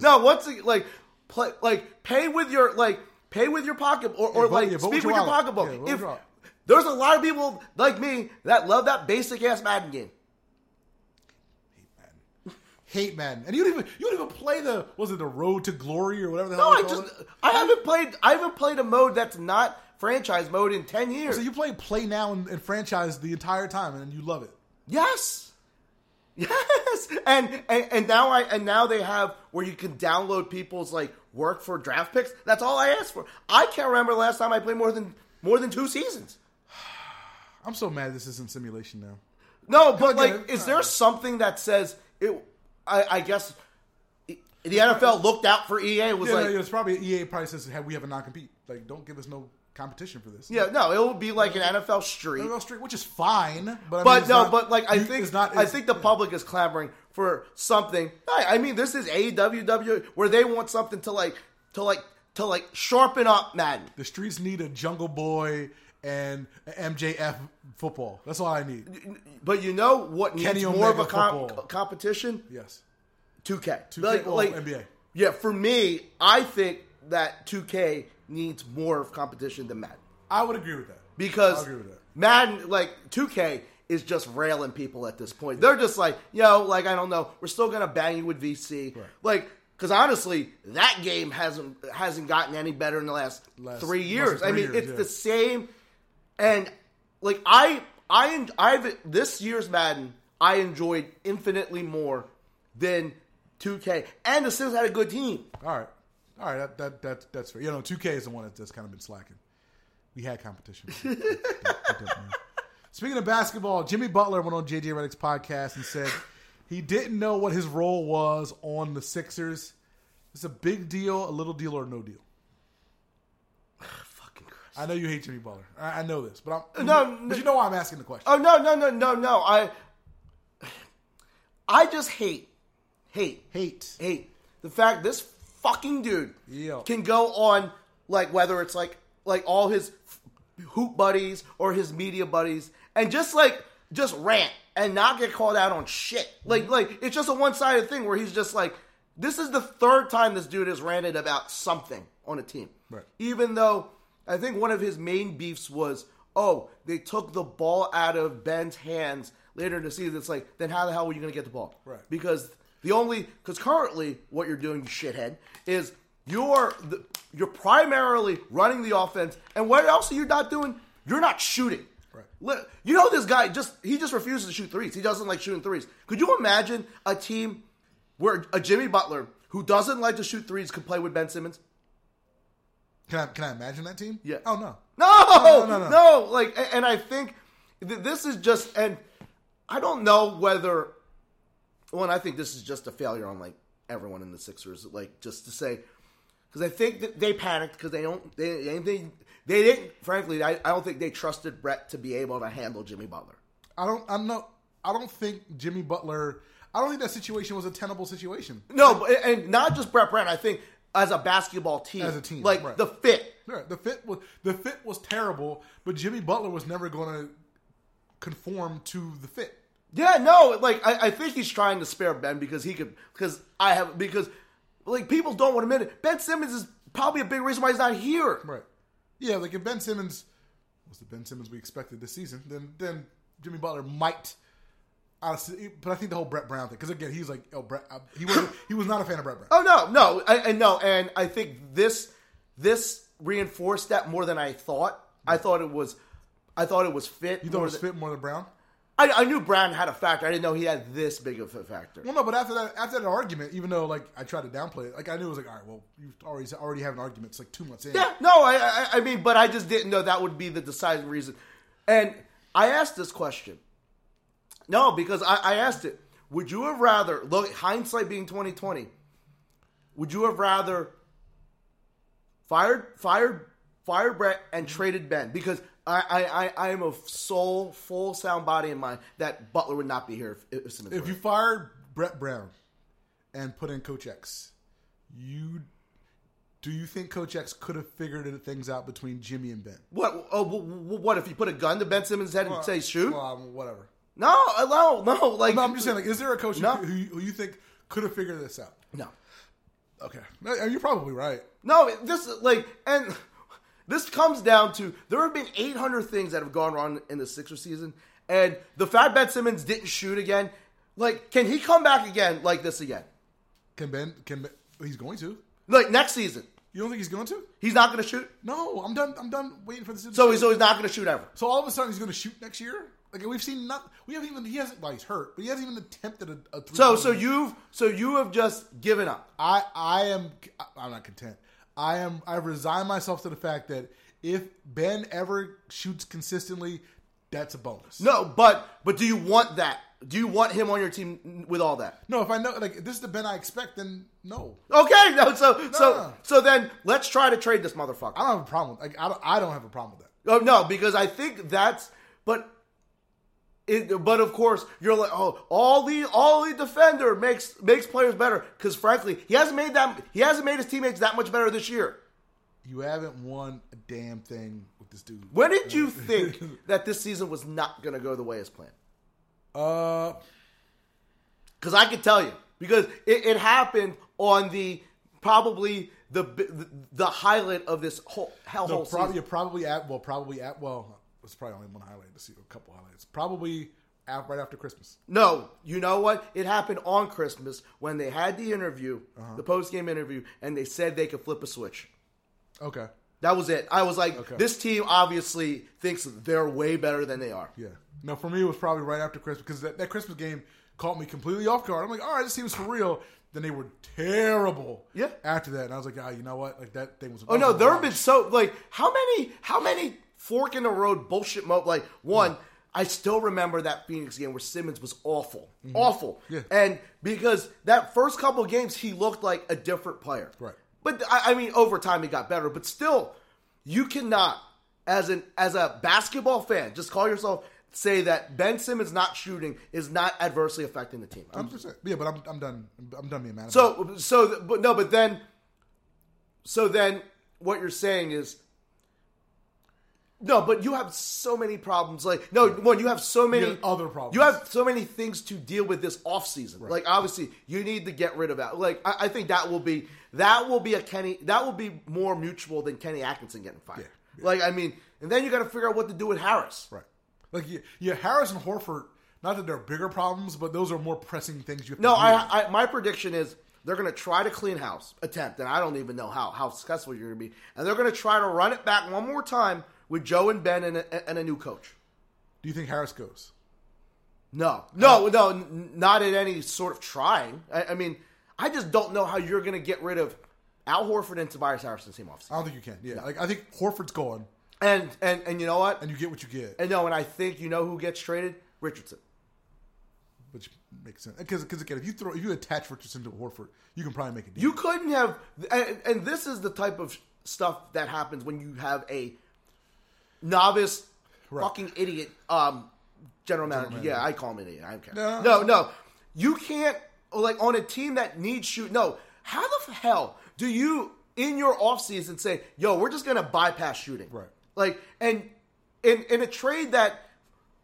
S2: no, once ag- like play like pay with your like pay with your pocket or, or
S1: Yeah, vote-
S2: like
S1: yeah, vote
S2: speak
S1: with
S2: with
S1: your
S2: your,
S1: wallet.
S2: pocketbook.
S1: Yeah, vote with
S2: if
S1: your wallet.
S2: there's a lot of people like me that love that basic ass Madden game.
S1: Hate Madden, and you don't even you don't even play the was it the Road to Glory or whatever the
S2: No,
S1: hell.
S2: I
S1: they call
S2: just
S1: it?
S2: I haven't played I haven't played a mode that's not franchise mode in ten years.
S1: So you play play now and, and franchise the entire time, and you love it.
S2: Yes. Yes. And, and and now I and now they have where you can download people's like work for draft picks. That's all I asked for. I can't remember the last time I played more than more than two seasons.
S1: I'm so mad this isn't simulation now.
S2: No, but
S1: on,
S2: like,
S1: get it.
S2: is there something that says it? I, I guess i- the NFL looked out for EA. Was
S1: Yeah,
S2: like,
S1: no, yeah, it's probably EA probably says hey, we have a non compete. Like, don't give us no competition for this.
S2: yeah, no, it would be like an NFL street.
S1: NFL Street, which is fine, but I mean,
S2: But
S1: it's
S2: no,
S1: not-
S2: but like I
S1: you-
S2: think
S1: it's not.
S2: I
S1: it's-
S2: think the public is clamoring for something. I, I mean, this is AEW where they want something to like to like to like sharpen up Madden.
S1: the streets need a Jungle Boy and a MJF football. That's all I need.
S2: But you know what needs
S1: Kenny
S2: more of
S1: Omega
S2: a com-
S1: football.
S2: competition?
S1: Yes,
S2: 2K.
S1: 2K
S2: like,
S1: or
S2: like-
S1: NBA.
S2: Yeah, for me, I think that 2K needs more of competition than Madden.
S1: I would agree with that. I
S2: because
S1: agree with that.
S2: Madden, like 2K, is just railing people at this point. They're just like, yo, like I don't know, we're still gonna bang you with VC, like. Because honestly, that game hasn't hasn't gotten any better in the last,
S1: Last-
S2: three
S1: last
S2: years. I
S1: three
S2: mean,
S1: years,
S2: it's
S1: yeah.
S2: the same, and like I I en- I've this year's Madden I enjoyed infinitely more than 2K, and the Sims had a good team.
S1: All right, all right, that, that that that's fair. You know, 2K is the one that, that's kind of been slacking. We had competition. Speaking of basketball, Jimmy Butler went on JJ Redick's podcast and said he didn't know what his role was on the Sixers. It's a big deal, a little deal, or no deal.
S2: Fucking Christ.
S1: I know you hate Jimmy Butler. I, I know this, but I'm
S2: Uh, No, no.
S1: But you know why I'm asking the question.
S2: Oh no no no no no! I I just hate hate
S1: Hate.
S2: hate the fact this fucking dude
S1: Yeah.
S2: can go on like whether it's like like all his hoop buddies or his media buddies and just like just rant and not get called out on shit. Like like it's just a one sided thing where he's just like this is the third time this dude has ranted about something on a team.
S1: Right.
S2: Even though I think one of his main beefs was, oh, they took the ball out of Ben's hands later in the season. It's like, then how the hell were you going to get the ball?
S1: Right.
S2: Because the only, because currently what you're doing, you shithead, is you're the, you're primarily running the offense, and what else are you not doing? You're not shooting.
S1: Right.
S2: Li- You know this guy just he just refuses to shoot threes. He doesn't like shooting threes. Could you imagine a team where a Jimmy Butler who doesn't like to shoot threes could play with Ben Simmons?
S1: Can I can I imagine that team?
S2: Yeah.
S1: Oh no.
S2: No,
S1: no,
S2: no,
S1: no.
S2: no, Like, a- and I think th- this is just, and I don't know whether. Well, and I think this is just a failure on like everyone in the Sixers, like just to say, because I think that they panicked because they don't, they, they, they, they didn't. Frankly, I, I don't think they trusted Brett to be able to handle Jimmy Butler.
S1: I don't. I know. I don't think Jimmy Butler. I don't think that situation was a tenable situation.
S2: No, but- and not just Brett Brand. I think as a basketball team,
S1: As a team,
S2: like
S1: right.
S2: the fit.
S1: Yeah, the fit was the fit was terrible, but Jimmy Butler was never going to conform to the fit.
S2: Yeah, no, like I, I think he's trying to spare Ben because he could because I have because like people don't want to admit it. Ben Simmons is probably a big reason why he's not here.
S1: Right. Yeah, like if Ben Simmons was the Ben Simmons we expected this season, then then Jimmy Butler might. Honestly, but I think the whole Brett Brown thing, because again, he's like, oh, Brett, uh, he was he was not a fan of Brett Brown.
S2: Oh no, no, I, I no, and I think this this reinforced that more than I thought. I thought it was, I thought it was fit.
S1: You thought it
S2: more
S1: was
S2: than-
S1: fit more than Brown?
S2: I, I knew Brown had a factor. I didn't know he had this big of a factor.
S1: Well, no, but after that, after that argument, even though like I tried to downplay it, like I knew it was like, all right, well, you already already have an argument. It's like two months in.
S2: Yeah, no, I, I, I mean, but I just didn't know that would be the deciding reason. And I asked this question. No, because I, I asked it. Would you have rather look hindsight being twenty twenty? Would you have rather fired fired fired Brett and traded Ben? Because I I, I, I am of soul full sound body in mind that Butler would not be here if, if Simmons
S1: If
S2: were.
S1: you fired Brett Brown and put in Coach X, you do you think Coach X could have figured it- things out between Jimmy and Ben?
S2: what oh, wh- wh- what if you put a gun to Ben Simmons' head and say shoot?
S1: Well, um, whatever.
S2: no, no, no. Like
S1: No, I'm just saying, like, is there a coach
S2: No.
S1: who, who you think could have figured this out?
S2: no.
S1: Okay, No, you're probably right.
S2: No, this like and this comes down to there have been 800 things that have gone wrong in the Sixers season, and the fact Ben Simmons didn't shoot again, like can he come back again like this again?
S1: Can Ben? Can ben, he's going to?
S2: Like next season,
S1: You don't think he's going to?
S2: he's not going to shoot.
S1: No, I'm done. I'm done waiting for this.
S2: So he's so he's not going to shoot ever.
S1: So all of a sudden he's going to shoot next year. Like we've seen, not we haven't even he hasn't. Well, he's hurt, but he hasn't even attempted a. a three
S2: So so you've so you have just given up.
S1: I I am I'm not content. I am I resign myself to the fact that if Ben ever shoots consistently, that's a bonus.
S2: No, but but do you want that? Do you want him on your team with all that?
S1: No, if I know like if this is the Ben I expect, then no,
S2: Okay, no. So so
S1: No.
S2: so then let's try to trade this motherfucker.
S1: I don't have a problem. Like I don't, I don't have a problem with that.
S2: Oh no, because I think that's but it, but of course you're like oh all the all the defender makes makes players better because frankly he hasn't made that he hasn't made his teammates that much better this year.
S1: You haven't won a damn thing with this dude.
S2: When did you think that this season was not going to go the way as planned?
S1: Uh,
S2: Because I can tell you because it, it happened on the probably the bi- the, the highlight of this whole hell
S1: no,
S2: whole
S1: prob-
S2: season.
S1: you're probably at well, probably at well, it's probably only one highlight to see a couple highlights. Probably out right after Christmas.
S2: No, you know what? It happened on Christmas when they had the interview, the post game interview, and they said they could flip a switch.
S1: Okay,
S2: That was it. I was like,
S1: Okay.
S2: this team obviously thinks they're way better than they are.
S1: yeah. No, for me it was probably right after Christmas because that, that Christmas game caught me completely off guard. I'm like, all right, this seems for real. Then they were terrible.
S2: Yeah.
S1: After that, and I was like, ah, you know what? Like that thing was.
S2: Oh no, there have been so like how many how many fork in the road bullshit mo like one. I still remember that Phoenix game where Simmons was awful, awful,
S1: Mm-hmm. Yeah.
S2: and because that first couple games he looked like a different player.
S1: Right.
S2: But I, I mean, over time he got better. But still, you cannot, as an as a basketball fan, just call yourself say that Ben Simmons not shooting is not adversely affecting the team.
S1: I'm just, yeah, but I'm, I'm done. I'm done being mad. about it.
S2: So so th- but no, but then so then what you're saying is no, but you have so many problems. Like no, one you have so many
S1: have other problems.
S2: You have so many things to deal with this off season. Like obviously you need to get rid of that. Like I, I think that will be that will be a Kenny that will be more mutual than Kenny Atkinson getting fired. Like I mean, and then you got to figure out what to do with Harris.
S1: right, like yeah, yeah, Harris and Horford. Not that they're bigger problems, but those are more pressing things. You have
S2: No,
S1: to deal with.
S2: I, I my prediction is they're going to try to clean house attempt, and I don't even know how how successful you're going to be. And they're going to try to run it back one more time with Joe and Ben and a, and a new coach.
S1: Do you think Harris goes?
S2: No, no, no, n- not at any sort of trying. I, I mean, I just don't know how you're going to get rid of Al Horford and Tobias Harris in the same
S1: I
S2: offseason.
S1: don't think you can. Yeah, like I think Horford's gone,
S2: And and and you know what?
S1: and you get what you get,
S2: And no, and I think you know who gets traded? Richardson.
S1: which makes sense. Because again, if you throw if you attach Richardson to Horford, you can probably make a deal.
S2: You couldn't have, and, and this is the type of stuff that happens when you have a novice, fucking idiot, um, general manager. Yeah, I call him an idiot. I don't care.
S1: No.
S2: no, no. you can't like on a team that needs shoot. No, how the f- hell do you in your offseason say, "Yo, we're just gonna bypass shooting"?
S1: Right.
S2: Like, and in in a trade that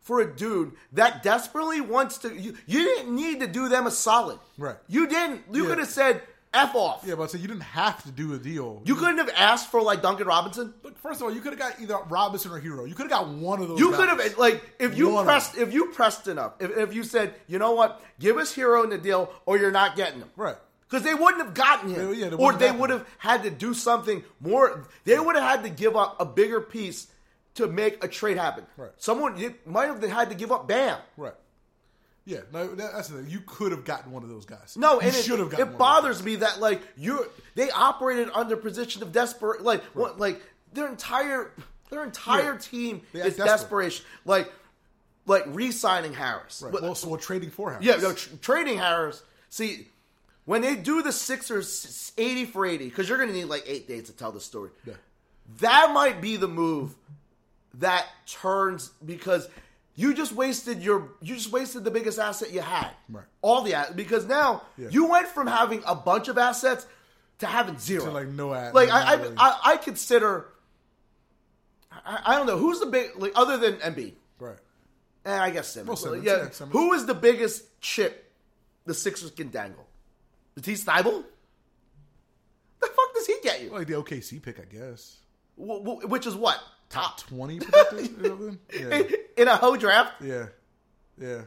S2: for a dude that desperately wants to. You, you didn't need to do them a solid.
S1: Right.
S2: You didn't. You
S1: Yeah.
S2: could have said f off.
S1: Yeah, but I said you didn't have to do a deal.
S2: You couldn't have asked for like Duncan Robinson.
S1: Look, first of all, you could have got either Robinson or Hero. You could have got one of those.
S2: You
S1: guys.
S2: could have like if you
S1: One of
S2: pressed if you pressed enough if, if you said you know what give us Hero in the deal or you're not getting him
S1: Right.
S2: because they wouldn't have gotten him
S1: They- yeah, they
S2: or
S1: wouldn't have
S2: they
S1: gotten
S2: would
S1: him.
S2: have had to do something more they would have had to give up a bigger piece to make a trade happen
S1: Right.
S2: someone you might have had to give up Bam
S1: Right. Yeah, no, that, that's the thing. You could have gotten one of those guys.
S2: no
S1: you
S2: and it,
S1: should have gotten.
S2: it
S1: one of those
S2: bothers me that like you they operated under position of desperate like what like their entire their entire
S1: Yeah.
S2: team
S1: They
S2: is
S1: act desperate.
S2: desperation like like re-signing Harris
S1: guys.
S2: But-
S1: Right. Well, so we're trading for him.
S2: Yeah, no, tr- trading Harris. See, when they do the Sixers s- 80 for 80, because you're going to need like eight days to tell the story,
S1: Yeah.
S2: that might be the move that turns because you just wasted your you just wasted the biggest asset you had
S1: Right.
S2: all the ass- because now
S1: Yeah.
S2: you went from having a bunch of assets to having zero
S1: To, like, no ad-
S2: like
S1: no
S2: I, I,
S1: really.
S2: I I consider I, I don't know who's the big like other than MB
S1: Right.
S2: Eh, I guess Simmons.
S1: Well, Simmons,
S2: yeah.
S1: yeah, Simmons.
S2: Who is the biggest chip the Sixers can dangle? Is he Steibel? The fuck does he get you?
S1: Like the OKC pick, I guess.
S2: Wh- wh- Which is what
S1: Top
S2: top
S1: twenty protected or something. Yeah.
S2: in a hoe draft?
S1: Yeah. Yeah.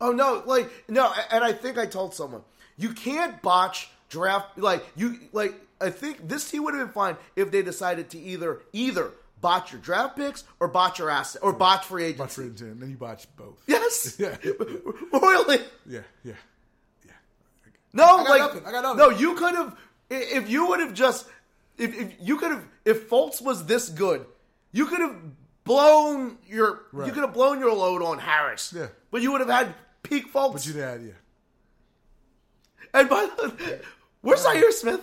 S2: Oh no, like no, a- and I think I told someone you can't botch draft like you like I think this team would have been fine if they decided to either either botch your draft picks or botch your asset or botch free agency.
S1: Botch Richardson, and then you botch both.
S2: Yes,
S1: Yeah.
S2: royally.
S1: Yeah. Yeah.
S2: No,
S1: got
S2: like
S1: nothing. I got nothing.
S2: no, you could have i- if you would have just if, if you could have if Fultz was this good, you could have blown your
S1: Right.
S2: you could have blown your load on Harris.
S1: Yeah.
S2: but you would have had peak Fultz.
S1: But you did. Yeah.
S2: and by the where's Zaire Smith?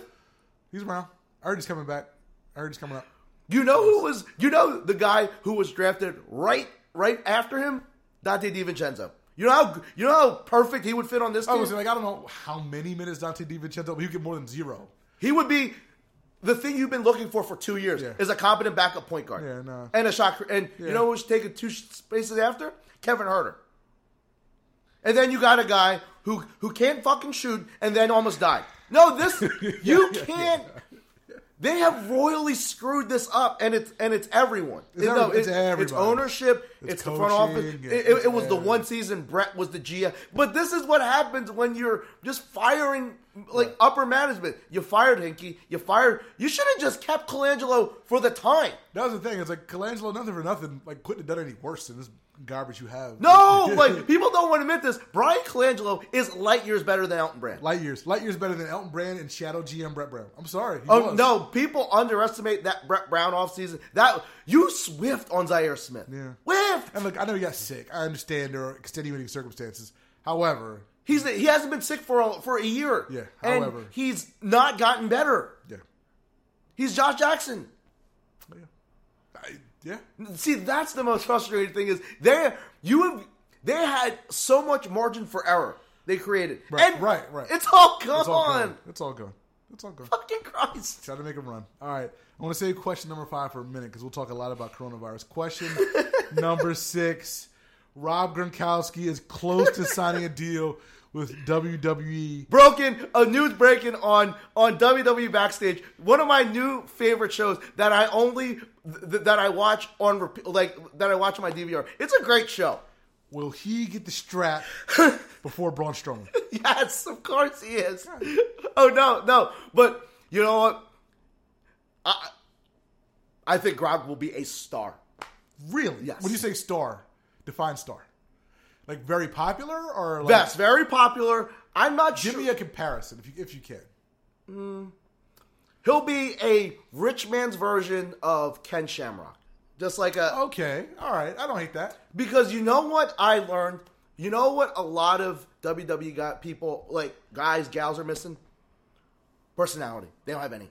S1: He's around. I heard he's coming back. I heard he's coming up.
S2: You know who was you know the guy who was drafted right right after him, Dante Divincenzo. You know how you know how perfect he would fit on this
S1: I
S2: team.
S1: was like, I don't know how many minutes Dante DiVincenzo, but he'll get more than zero.
S2: He would be the thing you've been looking for for two years
S1: Yeah.
S2: is a competent backup point guard.
S1: Yeah, no.
S2: And a shot. cre- And
S1: Yeah.
S2: you know who should take it two sh- spaces after? Kevin Herter. And then you got a guy who who can't fucking shoot and then almost died. No, this you
S1: yeah,
S2: can't. They have royally screwed this up, and it's and it's everyone.
S1: It's
S2: no,
S1: every-
S2: it-
S1: it's everybody.
S2: ownership.
S1: It's
S2: It's, the front office.
S1: coaching,
S2: It- it-
S1: it's
S2: it was the one
S1: everything.
S2: season Brett was the GM. But this is what happens when you're just firing like upper management. You fired Hinkie. You fired. You should have just kept Colangelo for the time.
S1: That was the thing. It's like Colangelo, nothing for nothing. Like, couldn't have done any worse than this garbage you have.
S2: No, like people don't want to admit this. Brian Colangelo is light years better than Elton Brand.
S1: light years, light years better than Elton Brand and Shadow GM Brett Brown. I'm sorry. He
S2: Oh
S1: was.
S2: no, people underestimate that Brett Brown offseason. That you swift on Zaire Smith.
S1: Yeah.
S2: Whiffed.
S1: And look, I know he got sick. I understand there are extenuating circumstances. However,
S2: He's he hasn't been sick for a, for a year.
S1: Yeah,
S2: And
S1: however.
S2: he's not gotten better.
S1: yeah,
S2: He's Josh Jackson.
S1: yeah, I, yeah.
S2: See, that's the most frustrating thing is they you have they had so much margin for error they created.
S1: Right,
S2: and
S1: right, right.
S2: It's all gone.
S1: It's all gone. It's all gone. It's all gone.
S2: Fucking Christ.
S1: Try to make him run. All right. I want to say question number five for a minute because we'll talk a lot about coronavirus. Question number six Rob Gronkowski is close to signing a deal with E. WWE.
S2: Broken a news breaking on on WWE backstage. One of my new favorite shows that I only th- that I watch on rep- like that I watch on my DVR. It's a great show.
S1: Will he get the strap before Braun Strowman?
S2: Yes, of course he is. Oh no, no. But you know what? I I think Rob will be a star.
S1: Really?
S2: Yes.
S1: When you say star, define star. Like very popular or like.
S2: That's very popular. I'm not
S1: Give
S2: sure.
S1: me a comparison if you, if you can.
S2: He'll be a rich man's version of Ken Shamrock. Just like a
S1: Okay. All right. I don't hate that.
S2: because you know what I learned? You know what a lot of WWE got people like guys, gals are missing? Personality. They don't have any.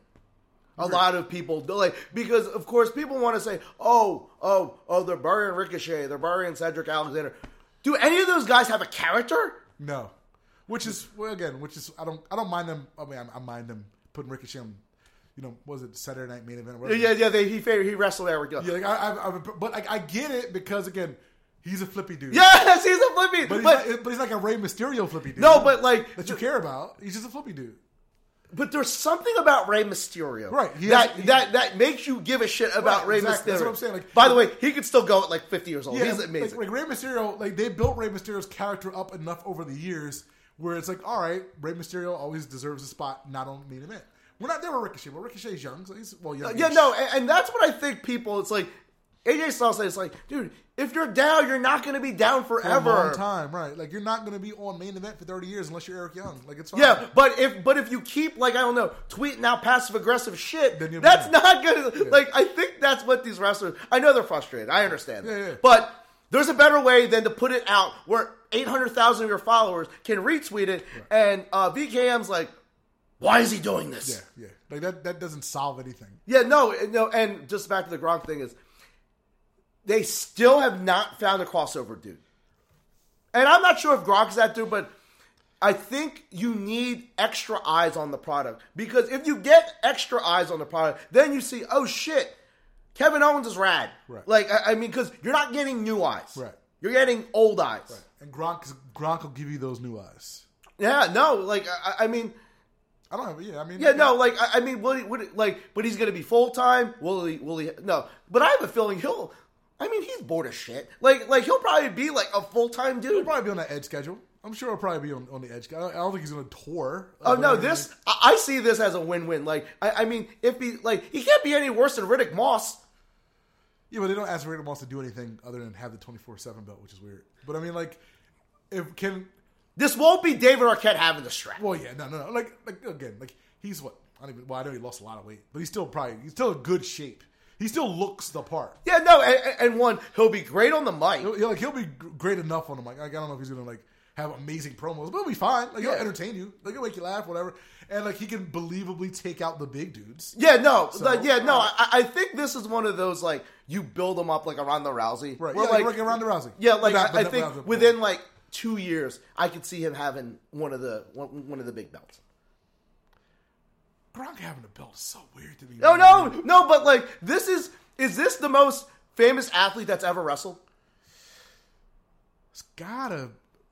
S2: A lot of people do like because of course people want to say, oh, oh, oh, they're burying Ricochet, they're burying Cedric Alexander. Do any of those guys have a character?
S1: No, which is well again, which is I don't I don't mind them. I mean, I, I mind them putting Ricochet on. You know, was it Saturday Night Main Event? or whatever.
S2: Yeah, yeah, they, he favored, he wrestled Eric. Young.
S1: yeah. Like I, I, I, but like, I get it because again, He's a flippy dude.
S2: Yes, he's a flippy.
S1: But
S2: But,
S1: he's, not, but he's like a Rey Mysterio flippy dude.
S2: no, but like,
S1: that you care about. He's just a flippy dude.
S2: but there's something about Rey Mysterio,
S1: Right, he
S2: that
S1: has- he-
S2: that that makes you give a shit about
S1: Right,
S2: Rey
S1: exactly,
S2: Mysterio.
S1: that's what I'm saying, like-
S2: By the way, he could still go at like 50 years old.
S1: Yeah,
S2: Oh, he's
S1: like-
S2: amazing.
S1: Like, Ray Rey Mysterio, like they built Rey Mysterio's character up enough over the years where it's like, all right, Rey Mysterio always deserves a spot, not on main event. We're not there with Ricochet, but Ricochet's young, so he's well young.
S2: Uh, yeah, no, and, and that's what I think. People, it's like AJ Styles says, like, dude, if you're down, you're not going to be down
S1: a
S2: forever.
S1: long time, right? Like you're not going to be on main event for 30 years unless you're Eric Young. Like it's fine.
S2: Yeah, but if but if you keep like I don't know tweeting out passive aggressive shit,
S1: Then you'll be
S2: that's
S1: fine.
S2: not gonna like. I think that's what these wrestlers. I know they're frustrated. I understand, that.
S1: Yeah, yeah.
S2: but there's a better way than to put it out where 800,000 of your followers can retweet it, and uh, VKM's like, why is he doing this?
S1: yeah, yeah. Like that that doesn't solve anything.
S2: Yeah, no, no, and just back to the Gronk thing is, they still have not found a crossover dude, and I'm not sure if Gronk's that dude, but I think you need extra eyes on the product because if you get extra eyes on the product, then you see, oh shit, Kevin Owens is rad.
S1: Right.
S2: Like I, I mean, because you're not getting new eyes,
S1: Right.
S2: You're getting old eyes.
S1: And Gronk Gronk will give you those new eyes.
S2: Yeah, no, like I, I mean.
S1: I don't have. Yeah, I mean,
S2: Yeah, no, like I, I mean, would he, would he, like, but he's gonna be full time. Will he? Will he? No, but I have a feeling he'll. I mean, he's bored as shit. Like, like he'll probably be like a full time dude.
S1: He'll probably be on that edge schedule. I'm sure he'll probably be on, on the edge. I don't, I don't think he's going to tour.
S2: Oh no, this I, I see this as a win win. Like, I, I mean, if he like he can't be any worse than Riddick Moss.
S1: Yeah, but they don't ask Rated Moss to do anything other than have the 24 7 belt, which is weird. But I mean, like, if can.
S2: This won't be David Arquette having the strap.
S1: Well, yeah, no, no, no. Like, like again, like, he's what? I don't even. Well, I know he lost a lot of weight, but he's still probably. He's still in good shape. He still looks the part.
S2: Yeah, no, and, and- and one he'll be great on the mic.
S1: He'll, he'll- like, he'll be gr- great enough on him. Like, I don't know if he's going to, like, have amazing promos, but he'll be fine. Like, he'll
S2: Yeah.
S1: entertain you. Like, he'll make you laugh, whatever. And, like, he can believably take out the big dudes.
S2: Yeah, no,
S1: So, uh,
S2: like, yeah, no.
S1: alright.
S2: I, I think this is one of those like you build them up like a Ronda Rousey,
S1: Right.
S2: Where,
S1: yeah, like, like Ronda Rousey.
S2: Yeah, like
S1: But not-
S2: I, I
S1: but
S2: think
S1: not Rousey.
S2: within like two years, I could see him having one of the one, one of the big belts.
S1: Gronk having a belt is so weird to me.
S2: No,
S1: man.
S2: no, no. But like, this is is this the most famous athlete that's ever wrestled?
S1: It's gotta.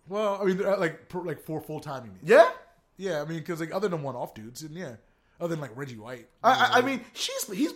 S1: Well, I mean, they're, uh, like per, like four full time. You mean?
S2: Yeah,
S1: Yeah, I mean, because like other than one off dudes, and yeah, other than like Reggie White.
S2: I, I, I mean, she's he's.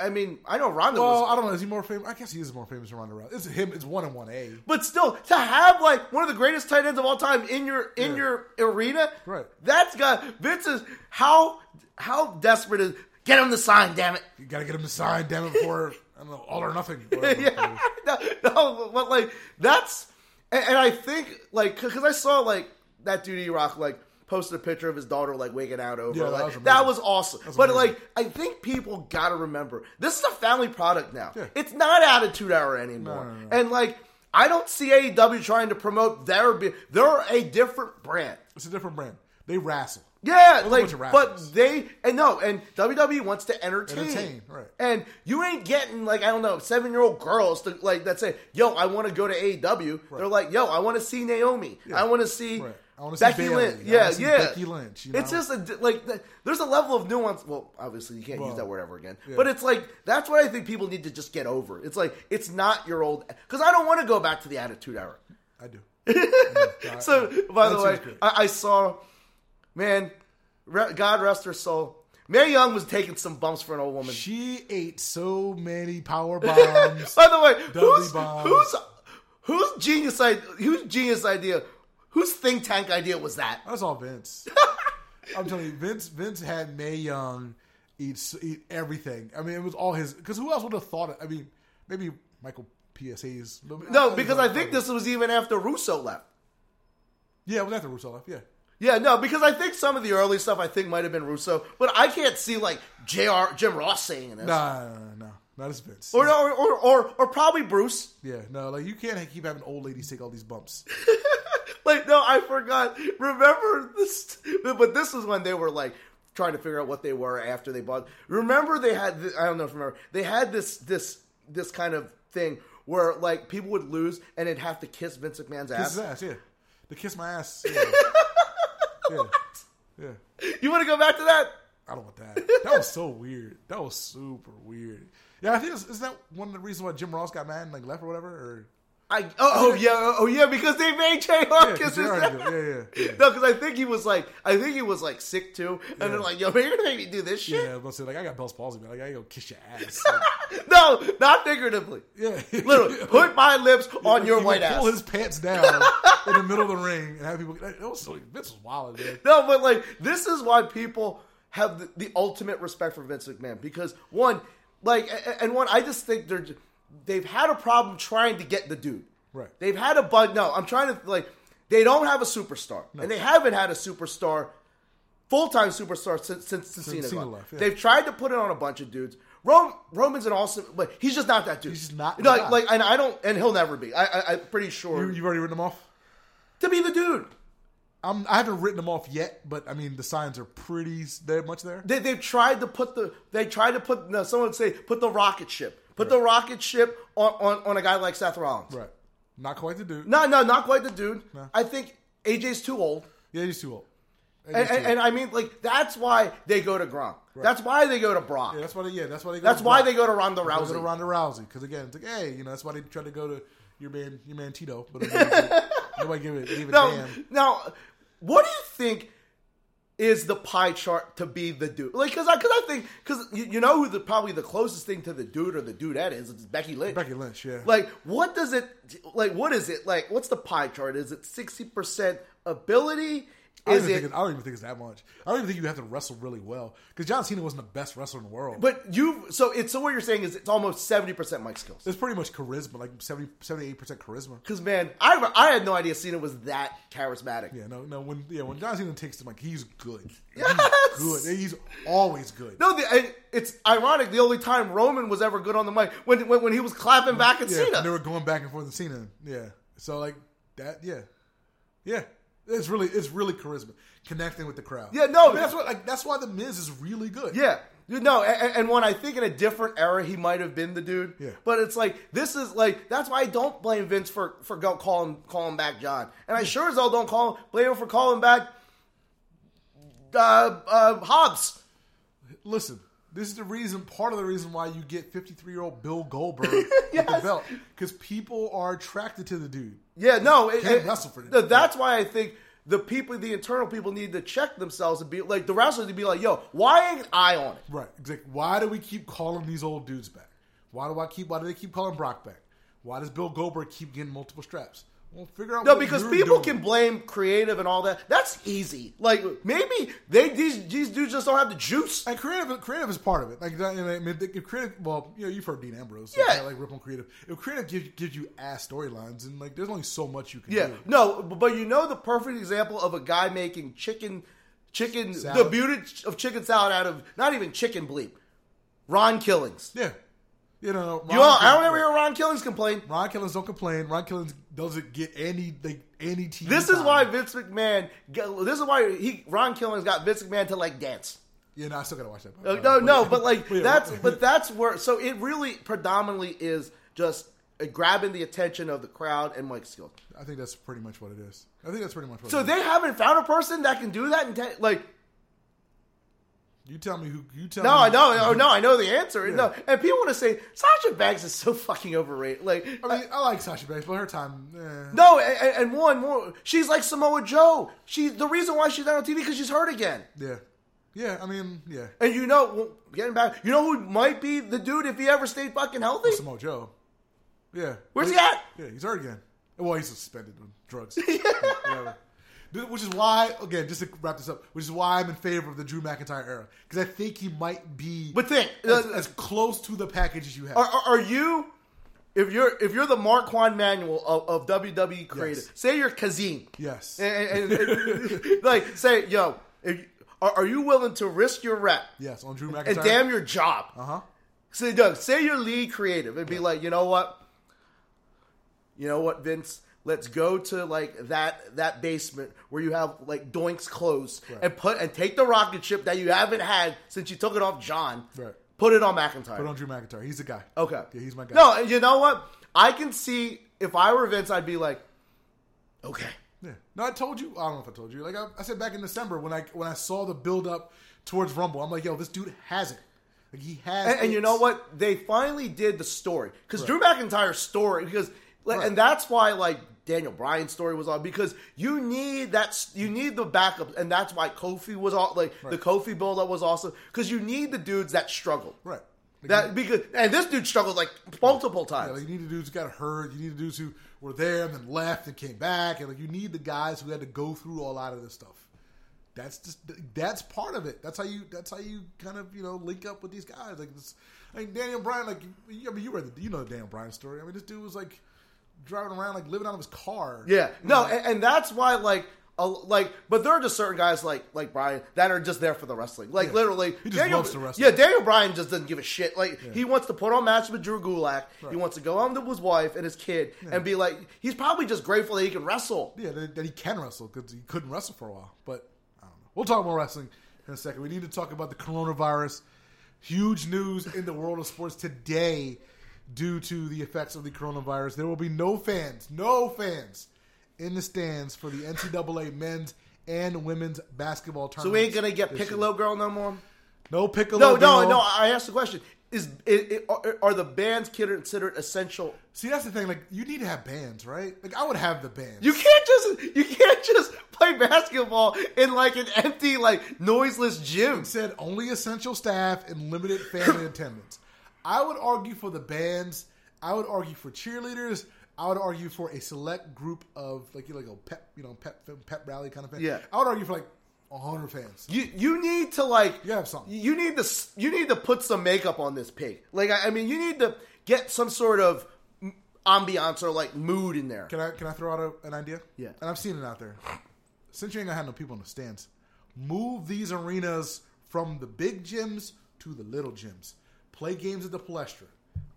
S2: I mean, I know Ronda
S1: well,
S2: was,
S1: I don't know. Is he more famous? I guess he is more famous than Ronda Rousey. It's him. It's one and one A.
S2: but still to have like one of the greatest tight ends of all time in your in your arena,
S1: Right.
S2: That's got Vince is how how desperate is get him to sign? Damn it.
S1: You gotta get him to sign, damn it, for I don't know, all or nothing.
S2: yeah, no, no, but like that's, and, and I think like because I saw like that dude E Rock like posted a picture of his daughter like waking out over.
S1: Yeah, that
S2: like,
S1: was amazing.
S2: that was awesome. but
S1: amazing.
S2: like I think people gotta remember this is a family product now.
S1: Yeah.
S2: It's not Attitude Hour anymore,
S1: No, no, no.
S2: and like. I don't see AEW trying to promote their. be- They're a different brand.
S1: It's a different brand. They wrestle.
S2: Yeah,
S1: Those are a bunch
S2: like,
S1: of
S2: but
S1: rappers.
S2: they and no, and WWE wants to entertain,
S1: Entertain, right.
S2: And you ain't getting like I don't know seven year old girls to like that say, "Yo, I want to go to AEW." They're like, "Yo, I want to see Naomi. I want to see
S1: Right. I wanna see
S2: Becky
S1: Bayley. I
S2: Lynch.
S1: wanna
S2: Yeah,
S1: see
S2: yeah,
S1: Becky Lynch, you
S2: It's
S1: know?
S2: just a, di- like th- there's a level of nuance. Well, obviously you can't
S1: Well,
S2: use that word ever again,
S1: yeah.
S2: but it's like that's what I think people need to just get over. It's like it's not your old because I don't want to go back to the Attitude Era.
S1: I do.
S2: So, by the
S1: That
S2: way,
S1: seems good.
S2: I, I saw, man, re- God rest her soul. Mae Young was taking some bumps for an old woman.
S1: She ate so many power bombs.
S2: By the way,
S1: Dudley
S2: who's,
S1: bombs.
S2: who's who's genius idea? Whose genius idea? Whose think tank idea was that?
S1: That's all Vince. I'm telling you, Vince. Vince had May Young eat s- eat everything. I mean, it was all his. Because who else would have thought it? I mean, maybe Michael PSA's.
S2: No, because I think this was even after Russo left.
S1: Yeah, it was after Russo left. Yeah,
S2: Yeah, no, because I think some of the early stuff I think might have been Russo, but I can't see like Jr. Jim Ross saying this,
S1: nah, no, no, no, no, this is Vince.
S2: or, or or or or probably Bruce.
S1: yeah, no, like you can't keep having old ladies take all these bumps.
S2: like no i forgot remember this but this was when they were like trying to figure out what they were after they bought remember they had th- i don't know if you remember they had this this this kind of thing where like people would lose and it'd have to kiss vince mcmahon's
S1: Kiss
S2: ass
S1: his ass, yeah. The kiss my ass. Yeah, yeah. yeah.
S2: you want to go back to that
S1: I don't want that. That was so weird. That was super weird. Yeah, I think it's, is that one of the reasons why Jim Ross got mad and like left or whatever, or
S2: I oh yeah oh yeah because they made Jay Hawkins.
S1: 'cause they already do. Yeah, yeah, yeah.
S2: No, because I think he was like I think he was like sick too, and they're like, "Yo, you're gonna make me do this shit."
S1: Yeah, I was gonna say like I got Bell's palsy, man. Like I gotta go kiss your ass.
S2: No, not figuratively.
S1: yeah,
S2: Literally, put my lips on your
S1: He would
S2: white
S1: pull
S2: ass.
S1: his pants down in the middle of the ring and have people. That was so, Vince was wild, man.
S2: No, but like this is why people have the, the ultimate respect for Vince McMahon because one, like, a- a- and one, I just think they're j- they've had a problem trying to get the dude.
S1: Right.
S2: They've had a bug. No, I'm trying to like they don't have a superstar, and they haven't had a superstar, full time superstar since since, since Cena,
S1: Cena
S2: left.
S1: left, yeah.
S2: They've tried to put it on a bunch of dudes. Rome, Roman's an awesome, but he's just not that dude.
S1: He's just not the guy.
S2: like, like, and I don't, and he'll never be. I, I, I'm pretty sure
S1: You, you've already written them off.
S2: to be the dude.
S1: I'm, I haven't written them off yet, but I mean the signs are pretty s- there much there.
S2: They, they've tried to put the they tried to put no, someone would say put the rocket ship put the rocket ship on, on, on a guy like Seth Rollins.
S1: Right, not quite the dude.
S2: No, no, not quite the dude. I think AJ's too old,
S1: Yeah, he's too old. And
S2: and,
S1: he's too
S2: and, and I mean like that's why they go to Gronk. That's why they go to Brock.
S1: Yeah, that's why. They, yeah, that's why they. Go
S2: that's
S1: to
S2: why
S1: Brock.
S2: they go to Ronda
S1: They go to
S2: Rousey.
S1: Ronda Rousey because again, it's like hey, you know, that's why they tried to go to your man, your man Tito, but nobody nobody give it, give a
S2: now,
S1: damn.
S2: now, what do you think is the pie chart to be the dude? Like, because I, cause I think, because you, you know who the probably the closest thing to the dude or the dudette is? It's Becky Lynch.
S1: Becky Lynch, yeah.
S2: Like, what does it? Like, what is it? Like, what's the pie chart? Is it sixty percent ability?
S1: I don't,
S2: Is
S1: even
S2: it?
S1: think it, I don't even think it's that much. I don't even think you have to wrestle really well because John Cena wasn't the best wrestler in the world.
S2: But you, so it's so what you're saying is it's almost seventy percent Mike skills.
S1: it's pretty much charisma, like 70, 78 percent charisma.
S2: Because man, I I had no idea Cena was that charismatic.
S1: Yeah, no, no. When yeah, when John Cena takes the mic, he's good.
S2: Yes!
S1: He's good. He's always good.
S2: No, the, I, it's ironic. The only time Roman was ever good on the mic when when, when he was clapping back at
S1: yeah,
S2: Cena.
S1: they were going back and forth with Cena. Yeah, so like that. Yeah, yeah. It's really it's really charisma, connecting with the crowd.
S2: Yeah, no,
S1: I mean, that's
S2: yeah.
S1: what like that's why the Miz is really good.
S2: Yeah. You know, and, and when I think in a different era, he might have been the dude.
S1: Yeah.
S2: But it's like this is like that's why I don't blame Vince for for go calling calling back John, and I sure as hell don't call blame him for calling back uh, uh, Hobbs.
S1: Listen, this is the reason, part of the reason why you get 53 year old Bill Goldberg with the
S2: Yes.
S1: belt. Because people are attracted to the dude.
S2: Yeah, no, it,
S1: Can't
S2: it-
S1: wrestle for this.
S2: no, That's why I think the people, the internal people, need to check themselves and be like the wrestlers to be like, yo, why ain't I on it?
S1: Right. It's like, why do we keep calling these old dudes back? Why do I keep, why do they keep calling Brock back? Why does Bill Goldberg keep getting multiple straps? Well, figure out
S2: No,
S1: what
S2: because
S1: you're
S2: people
S1: doing.
S2: can blame creative and all that. That's easy. Like maybe they these these dudes just don't have the juice.
S1: And creative, creative is part of it. Like, that- you know, I mean, if creative, well, you know, you've heard Dean Ambrose. so
S2: Yeah.
S1: kinda like rip on creative. If creative gives, gives you ass storylines, and like, there's only so much you can
S2: Yeah,
S1: do.
S2: no, b- but you know the perfect example of a guy making chicken, chicken, the
S1: Salad.
S2: beauty ch- of chicken salad out of not even chicken bleep, Ron Killings.
S1: Yeah. You know,
S2: You all,
S1: Ron
S2: I don't
S1: Killings-
S2: ever hear Ron Killings complain.
S1: Ron Killings don't complain. Ron Killings doesn't get any like any TV.
S2: This is
S1: time.
S2: why Vince McMahon. go- This is why he Ron Killings got Vince McMahon to like dance.
S1: Yeah, no, I still gotta watch that.
S2: Uh, no, no, but like
S1: yeah,
S2: that's
S1: but-
S2: but that's where. So it really predominantly is just uh, grabbing the attention of the crowd and Mike Skill.
S1: I think that's pretty much what it is. I think that's pretty much what.
S2: So
S1: it
S2: they haven't found a person that can do that. And te- like
S1: is. you tell me who you tell.
S2: No,
S1: me
S2: I know. Oh, no, I know the answer. No, and people want to say Sasha Banks is so fucking overrated. Like, uh,
S1: I mean, I like Sasha Banks, but her time. Eh.
S2: no, and, and one more, she's like Samoa Joe. She the reason why she's not on TV because she's hurt again.
S1: Yeah, yeah. I mean, yeah.
S2: And you know, well, getting back, you know who might be the dude if he ever stayed fucking healthy?
S1: Samoa Joe. Yeah.
S2: Where's
S1: But-
S2: he at?
S1: Yeah, he's hurt again. Well, he's suspended on drugs. Whatever. Th- Which is why, again, just to wrap this up, which is why I'm in favor of the Drew McIntyre era because I think he might be,
S2: But think,
S1: as,
S2: uh,
S1: as close to the package as you have.
S2: Are, are, are you? If you're if you're the Marquand manual of, of WWE creative,
S1: Yes.
S2: say you're Kazim.
S1: Yes.
S2: And, and- and- like say, yo, if, are, are you willing to risk your rep
S1: yes, on Drew McIntyre.
S2: and damn your job?
S1: Uh huh.
S2: So no, say your lead creative and be like, you know what? You know what, Vince? Let's go to like that that basement where you have like Doink's clothes and put and take the rocket ship that you haven't had since you took it off John.
S1: Right.
S2: Put it on McIntyre.
S1: Put on Drew McIntyre. He's the guy.
S2: okay.
S1: Yeah, he's my guy.
S2: No, you know what? I can see if I were Vince, I'd be like, okay.
S1: Yeah. No, I told you. I don't know if I told you. Like I, I said back in December when I when I saw the build up towards Rumble, I'm like, yo, this dude has it. Like he has.
S2: And, and you
S1: it.
S2: know what? They finally did the story because Drew McIntyre's story because Like,
S1: Right.
S2: and that's why like Daniel Bryan's story was on because you need that s- you need the backup, and that's why Kofi was all like the Kofi build up was awesome because you need the dudes that struggle.
S1: Right.
S2: That because and this dude struggled like multiple
S1: Yeah,
S2: times.
S1: like you need the dudes who got hurt. You need the dudes who were there and then left and came back. And like you need the guys who had to go through a lot of this stuff. That's just that's part of it. That's how you that's how you kind of you know link up with these guys. Like this, I mean Daniel Bryan. Like you, I mean you read the, you know the Daniel Bryan story. I mean this dude was like driving around like living out of his car.
S2: Yeah, no, and, and that's why like. A, like, but there are just certain guys like like Brian that are just there for the wrestling. Like,
S1: Yeah.
S2: literally,
S1: He just loves to wrestle.
S2: Yeah, Daniel Bryan just doesn't give a shit. Like, he wants to put on match with Drew Gulak. He wants to go home to his wife and his kid and be like, he's probably just grateful that he can wrestle.
S1: yeah, that, that he can wrestle because he couldn't wrestle for a while. But I don't know. We'll talk more wrestling in a second. We need to talk about the coronavirus. Huge news in the world of sports today due to the effects of the coronavirus. There will be no fans, no fans in the stands for the NCAA men's and women's basketball
S2: So
S1: tournament.
S2: we ain't gonna get Piccolo Girl no more.
S1: No piccolo.
S2: No, no,
S1: girl.
S2: no. I asked the question: Is it, it, are, are the bands considered essential?
S1: See, that's the thing. Like, you need to have bands, right? Like, I would have the bands.
S2: You can't just you can't just play basketball in like an empty, like noiseless gym.
S1: said only essential staff and limited family attendance. I would argue for the bands. I would argue for cheerleaders. I would argue for a select group of like you know, like a pep you know pep pep rally kind of thing.
S2: Yeah.
S1: I would argue for like hundred fans.
S2: You you need to like
S1: You gotta have something.
S2: You need to s- you need to put some makeup on this pig. Like I, I mean, you need to get some sort of m- ambiance or like mood in there.
S1: Can I can I throw out a, an idea?
S2: Yeah.
S1: And I've seen it out there. Since you ain't gonna have no people in the stands, move these arenas from the big gyms to the little gyms. Play games at the Palestra.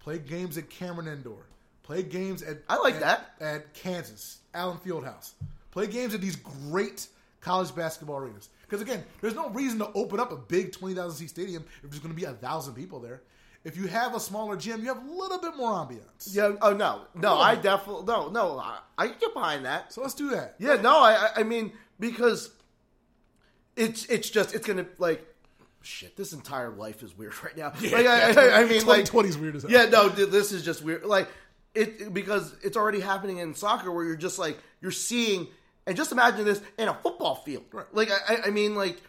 S1: Play games at Cameron Indoor. Play games at
S2: I like
S1: at-
S2: that.
S1: at Kansas Allen Fieldhouse. Play games at these great college basketball arenas. Because again, there's no reason to open up a big twenty thousand seat stadium if there's going to be a thousand people there. If you have a smaller gym, you have a little bit more ambiance.
S2: yeah. Oh no, no. I definitely no, no. I, I can get behind that.
S1: So let's do that.
S2: Yeah, no, I, I- I mean because it's it's just it's gonna like shit. This entire life is weird right now. like, I, I, I mean, like
S1: 2020's weird as hell.
S2: Yeah, no, dude, this is just weird. Like it because it's already happening in soccer where you're just like you're seeing and just imagine this in a football field.
S1: Right.
S2: Like I, I- I mean, like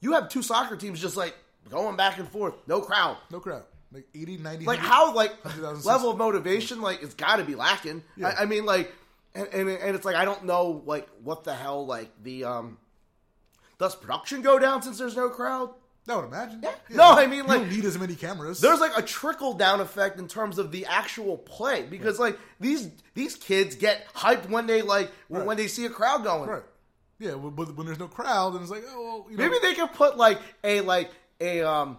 S2: you have two soccer teams just like going back and forth, no crowd.
S1: No crowd. Like 80, 90.
S2: Like
S1: 100.
S2: how like
S1: 100,000
S2: level of motivation like it's got to be lacking.
S1: Yeah.
S2: I, I mean like and, and and it's like I don't know like what the hell like the um does production go down since there's no crowd?
S1: I would imagine. Yeah.
S2: No, I mean,
S1: You
S2: like-
S1: don't need as many cameras.
S2: There's like a trickle down effect in terms of the actual play because like these these kids get hyped when they like when
S1: Right.
S2: they see a crowd going.
S1: Right. Yeah, but but when there's no crowd, then it's like, oh, well, you know.
S2: Maybe they could put like a like a um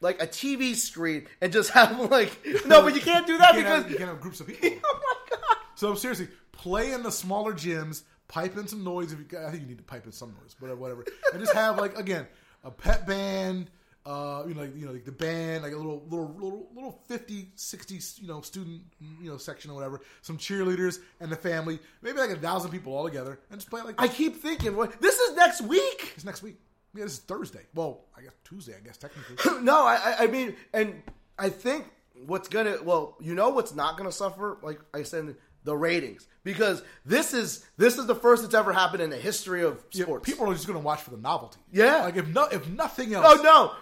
S2: like a TV screen and just have like no, but you can't do that
S1: you can't
S2: because
S1: have, you can't have groups of people.
S2: oh my god.
S1: so seriously, play in the smaller gyms, pipe in some noise. If you, I think you need to pipe in some noise, but whatever. and just have like again a pet band, uh, you know, like, you know, like the band, like a little little little little 50, 60, you know, student you know section or whatever. Some cheerleaders and the family, maybe like a thousand people all together, and just play it like that.
S2: I keep thinking, what this is next week.
S1: It's next week. Yeah, this is Thursday. Well, I guess Tuesday. I guess technically.
S2: no, I, I- I mean, and I think what's gonna, well, you know, what's not gonna suffer, like I said, the ratings, because this is this is the first that's ever happened in the history of
S1: Yeah,
S2: sports.
S1: people are just going to watch for the novelty.
S2: Yeah.
S1: like if no, if nothing else.
S2: oh no,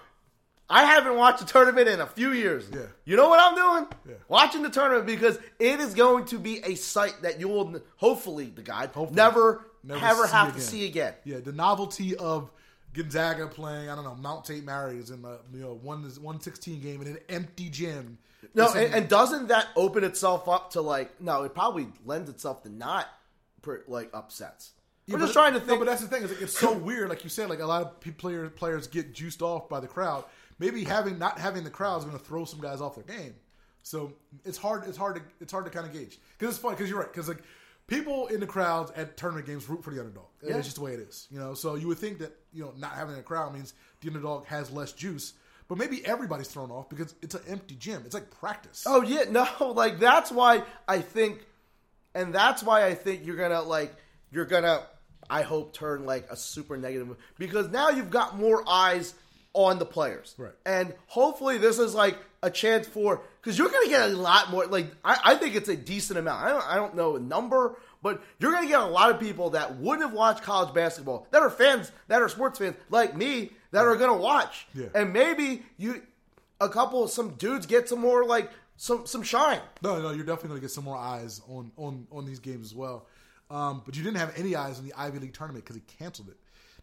S2: I haven't watched a tournament in a few years.
S1: Yeah.
S2: you know what I'm doing?
S1: Yeah.
S2: Watching the tournament because it is going to be a sight that you will, hopefully, the guy never,
S1: Never
S2: ever
S1: see
S2: have to
S1: again.
S2: see again.
S1: Yeah, the novelty of Gonzaga playing. I don't know Mount St. Mary's in the you know one one sixteen game in an empty gym.
S2: No,
S1: Listen,
S2: and, and doesn't that open itself up to like no? It probably lends itself to not per, like upsets.
S1: Yeah,
S2: I'm
S1: but-
S2: just trying to
S1: No,
S2: think.
S1: but that's the thing. Is like, it's so weird. Like you said, like a lot of pe- player, players get juiced off by the crowd. Maybe having not having the crowd is going to throw some guys off their game. So it's hard. It's hard to it's hard to kind of gauge because it's funny because you're right because like people in the crowds at tournament games root for the underdog.
S2: Yeah.
S1: It's just the way it is. You know. So you would think that you know not having a crowd means the underdog has less juice. But maybe everybody's thrown off because it's an empty gym. It's like practice.
S2: oh yeah, no, like that's why I think, and that's why I think you're gonna like you're gonna I hope turn like a super negative because now you've got more eyes on the players.
S1: Right.
S2: And hopefully this is like a chance for because you're going to get a lot more. Like I, I think it's a decent amount. I don't, I don't know a number, but you're going to get a lot of people that wouldn't have watched college basketball that are fans that are sports fans like me that are going to watch.
S1: Yeah.
S2: And maybe you, a couple some dudes get some more like some some shine.
S1: No, no, you're definitely going to get some more eyes on on on these games as well. Um, but you didn't have any eyes on the Ivy League tournament because they canceled it.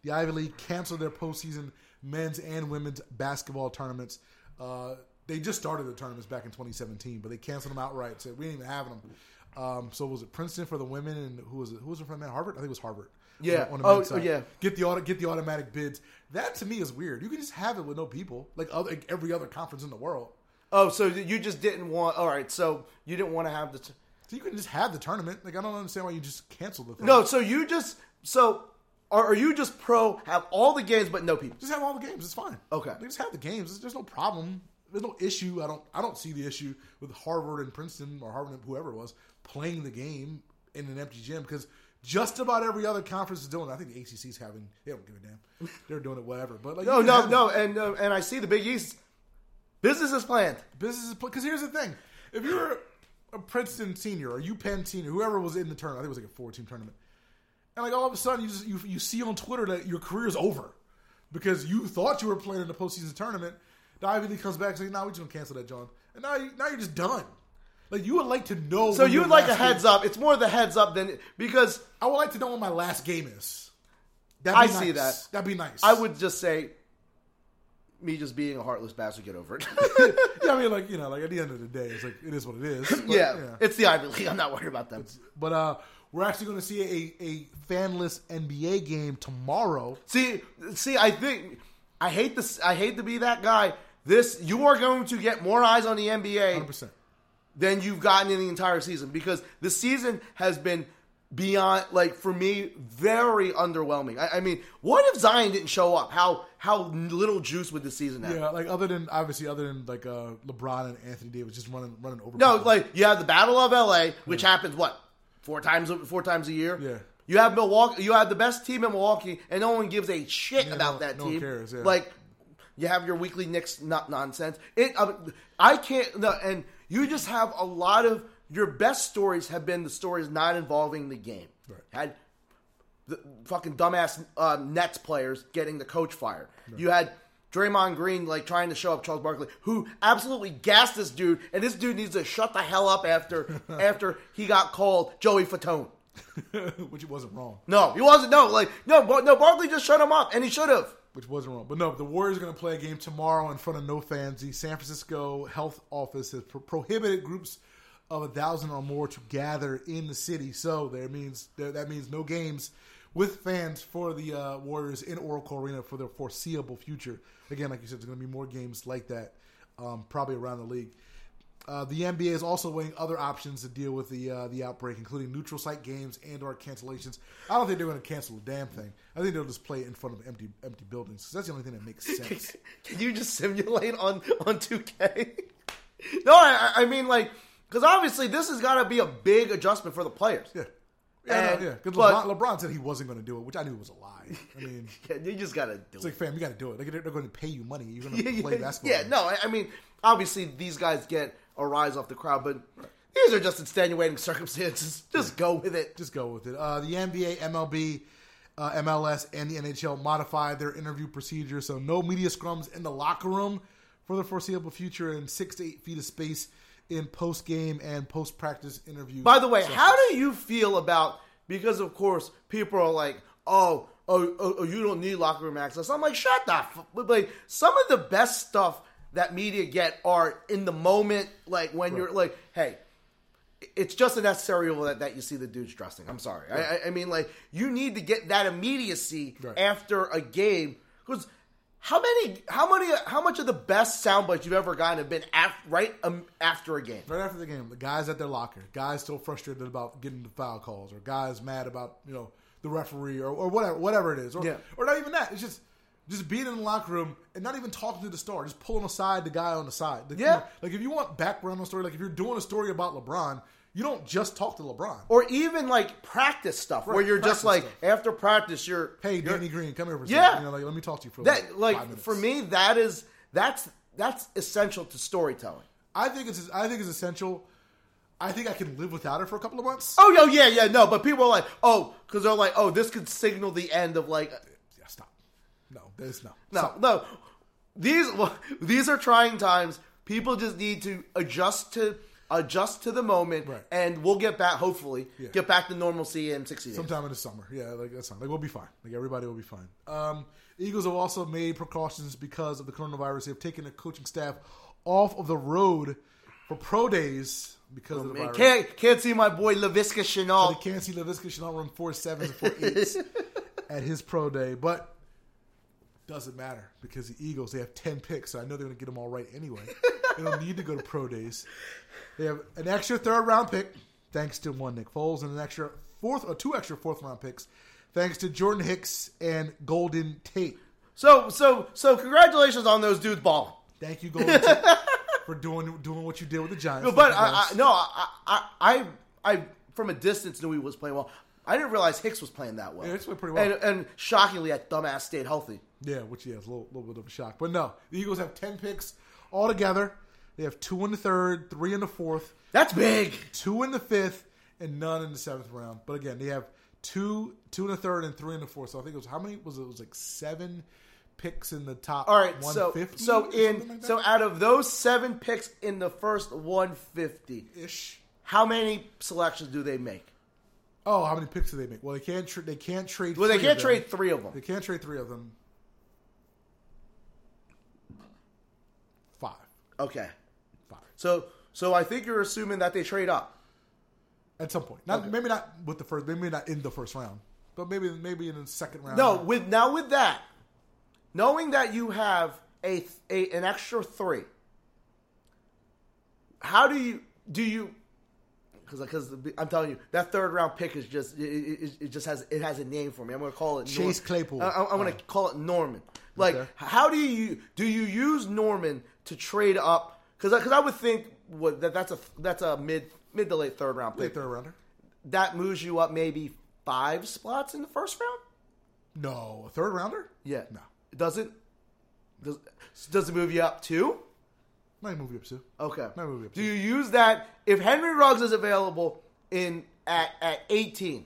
S1: The Ivy League canceled their postseason men's and women's basketball tournaments. Uh, they just started the tournaments back in 2017, but they canceled them outright. Said we ain't even having them. Um, so was it Princeton for the women and who was it? Who was it from that Harvard? I think it was Harvard. On
S2: Yeah.
S1: the- on the
S2: Oh,
S1: men's side.
S2: yeah.
S1: Get the auto, get the automatic bids. That to me is weird. You can just have it with no people, like other, like every other conference in the world.
S2: Oh, so you just didn't want? All right, so you didn't want to have the. T-
S1: So you can just have the tournament. Like I don't understand why you just cancel the thing.
S2: no, so you just so are, are you just pro have all the games but no people?
S1: just have all the games. It's fine.
S2: Okay.
S1: They just have the games. There's- There's no problem. There's no issue. I don't. I don't see the issue with Harvard and Princeton or Harvard and whoever it was playing the game in an empty gym because just about every other conference is doing. it. I think the ACC's having. They don't give a damn. They're doing it whatever. But like
S2: No,
S1: you
S2: no,
S1: have
S2: no, and uh, and I see the Big East business is planned.
S1: Business because here's the thing: if you're a Princeton senior or you Penn senior, whoever was in the tournament, I think it was like a four team tournament, and like all of a sudden you just you, you see on Twitter that your career's over because you thought you were playing in the postseason tournament. The Ivy League comes back and says, "Now nah, we're just gonna cancel that, John." And now you, now you're just done. Like you would like to know.
S2: So
S1: when
S2: you
S1: your
S2: would like a
S1: last game-
S2: heads up. It's more the heads up than because
S1: I would like to know what my last game is. That'd
S2: I see
S1: nice.
S2: that.
S1: That'd be nice.
S2: I would just say me just being a heartless bastard. Get over it.
S1: Yeah, I mean, like you know, like at the end of the day, it's like it is what it is. But,
S2: yeah, it's the Ivy League. I'm not worried about them.
S1: But uh, we're actually going to see a, a fanless NBA game tomorrow.
S2: See, see, I think I hate this. I hate to be that guy. This you are going to get more eyes on the NBA
S1: 100%.
S2: than you've gotten in the entire season because the season has been beyond like for me very underwhelming. I, I mean, what if Zion didn't show up? How how little juice would the season have?
S1: Yeah, like other than obviously other than like uh, LeBron and Anthony Davis just running running over.
S2: No,
S1: people.
S2: like you have the Battle of LA, which happens what four times a- four times a year.
S1: Yeah.
S2: You have Milwaukee. You have the best team in Milwaukee, and no one gives a shit about
S1: no-
S2: that
S1: no
S2: team.
S1: one cares, yeah.
S2: Like you have your weekly Knicks not nonsense. It. I, I can't. No, and you just have a lot of your best stories have been the stories not involving the game.
S1: Right.
S2: Had the fucking dumbass um, Nets players getting the coach fired. You had Draymond Green like trying to show up Charles Barkley, who absolutely gassed this dude, and this dude needs to shut the hell up after after he got called Joey Fatone.
S1: which wasn't wrong,
S2: No, he wasn't. No, like no, Bar- no. Barkley just shut him up, and he should have.
S1: which wasn't wrong. But no, the Warriors are going to play a game tomorrow in front of no fans. The San Francisco Health Office has pro- prohibited groups of a thousand or more to gather in the city. So there means there, that means no games with fans for the uh, Warriors in Oracle Arena for the foreseeable future. Again, like you said, there's going to be more games like that, um, probably around the league. Uh, the NBA is also weighing other options to deal with the uh, the outbreak, including neutral site games and or cancellations. I don't think they're going to cancel a damn thing. I think they'll just play it in front of empty empty buildings 'cause that's the only thing that makes sense.
S2: Can you just simulate on on two K? no, I, I I mean like because obviously this has got to be a big adjustment for the players.
S1: yeah, yeah,
S2: And-
S1: no, yeah. Because
S2: but-
S1: LeBron, LeBron said he wasn't going to do it, which I knew was a lie. I mean,
S2: Yeah, you just got to do it.
S1: it's like fam, you got to do it. Like, they're, they're going to pay you money. You're going to play basketball.
S2: Yeah, no, I, I mean, obviously these guys get a rise off the crowd, but these are just extenuating circumstances. Just go with it.
S1: just go with it. Uh, the NBA, MLB, uh, MLS, and the NHL modified their interview procedure, so no media scrums in the locker room for the foreseeable future, and six to eight feet of space in post game and post practice interviews.
S2: By the way, how do you feel about? Because of course people are like, oh, oh, oh, oh, you don't need locker room access. I'm like, shut the. F-. But like some of the best stuff that media get are in the moment, like when you're like, hey. It's just a necessary evil that, that you see the dudes dressing. I'm sorry. I, I, I mean, like, you need to get that immediacy
S1: Right.
S2: after a game. Because how many, how many, how much of the best sound bites you've ever gotten have been af- right um, after a game?
S1: right after the game, the guys at their locker, guys still frustrated about getting the foul calls, or guys mad about you know the referee, or, or whatever, whatever it is, or
S2: Yeah.
S1: or not even that. It's just just being in the locker room and not even talking to the star, just pulling aside the guy on the side. Like,
S2: Yeah.
S1: like if you want background on the story, like if you're doing a story about LeBron, you don't just talk to LeBron.
S2: or even like practice stuff where
S1: Right,
S2: you're
S1: practice
S2: just like
S1: stuff.
S2: after practice you're
S1: Hey,
S2: you're-
S1: Danny Green, come here for a
S2: Yeah.
S1: second. You know, like, let me talk to you for
S2: that
S1: like,
S2: like
S1: five minutes.
S2: for me that is that's that's essential to storytelling.
S1: I think it's I think it's essential. I think I can live without it for a couple of months.
S2: Oh yo yeah yeah no, but people are like oh because they're like oh this could signal the end of like
S1: Yeah, stop. No, there's no.
S2: no no these well, these are trying times. People just need to adjust to adjust to the moment,
S1: Right.
S2: and we'll get back hopefully
S1: Yeah.
S2: get back to normalcy in sixty days.
S1: Sometime in the summer. Yeah, like that's fine. Like we'll be fine. Like everybody will be fine. Um, Eagles have also made precautions because of the coronavirus. They've taken their coaching staff off of the road for pro days because of the
S2: Man,
S1: virus.
S2: can't can't see my boy Lavisca Chanel.
S1: They can't see LaVisca Chanel run four sevens and four eights at his pro day, but doesn't matter because the Eagles, they have 10 picks, so I know they're going to get them all right anyway. they don't need to go to pro days. They have an extra third round pick, thanks to one Nick Foles, and an extra fourth, or two extra fourth round picks, thanks to Jordan Hicks and Golden Tate.
S2: So so so congratulations on those dudes balling.
S1: Thank you, Golden Tate, for doing doing what you did with the Giants.
S2: But I, I no I, I I I from a distance knew he was playing well. I didn't realize Hicks was playing that well.
S1: Yeah, Hicks played pretty well.
S2: And, and shockingly, that dumbass stayed healthy.
S1: Yeah, which yeah, is a little, little bit of a shock. But no, the Eagles have ten picks altogether. They have two in the third, three in the fourth,
S2: That's big.
S1: two in the fifth, and none in the seventh round. But again, they have two two in the third and three in the fourth. So I think it was how many was it? It was like seven picks in the top.
S2: All right, so
S1: 150 or
S2: so in
S1: something like
S2: so
S1: that?
S2: out of those seven picks in the first 150,
S1: ish.
S2: how many selections do they make?
S1: Oh, how many picks do they make? Well, they can't tra- they can't trade.
S2: Well, they
S1: three of
S2: can't
S1: them.
S2: trade three of
S1: They
S2: them.
S1: can't trade three of them. Five,
S2: Okay,
S1: five.
S2: so so I think you're assuming that they trade up.
S1: At some point, not
S2: Okay.
S1: maybe not with the first, maybe not in the first round, but maybe maybe in the second round.
S2: No, with now with that, knowing that you have a, th- a an extra three, how do you do you? Because because I'm telling you that third round pick is just it, it, it- it just has it has a name for me. I'm going to call it
S1: Chase Claypool. Uh-huh.
S2: I, am going to call it Norman. Like
S1: Okay.
S2: how do you do you use Norman to trade up? Because because I would think what, that that's a that's a mid mid to late third round
S1: Late
S2: pick
S1: third rounder.
S2: that moves you up maybe five spots in the first round.
S1: No, a third rounder.
S2: Yeah.
S1: no,
S2: It doesn't. Does does it move you up too?
S1: might move you up too.
S2: Okay.
S1: Might move you up
S2: Do
S1: two.
S2: you use that if Henry Ruggs is available in at at eighteen?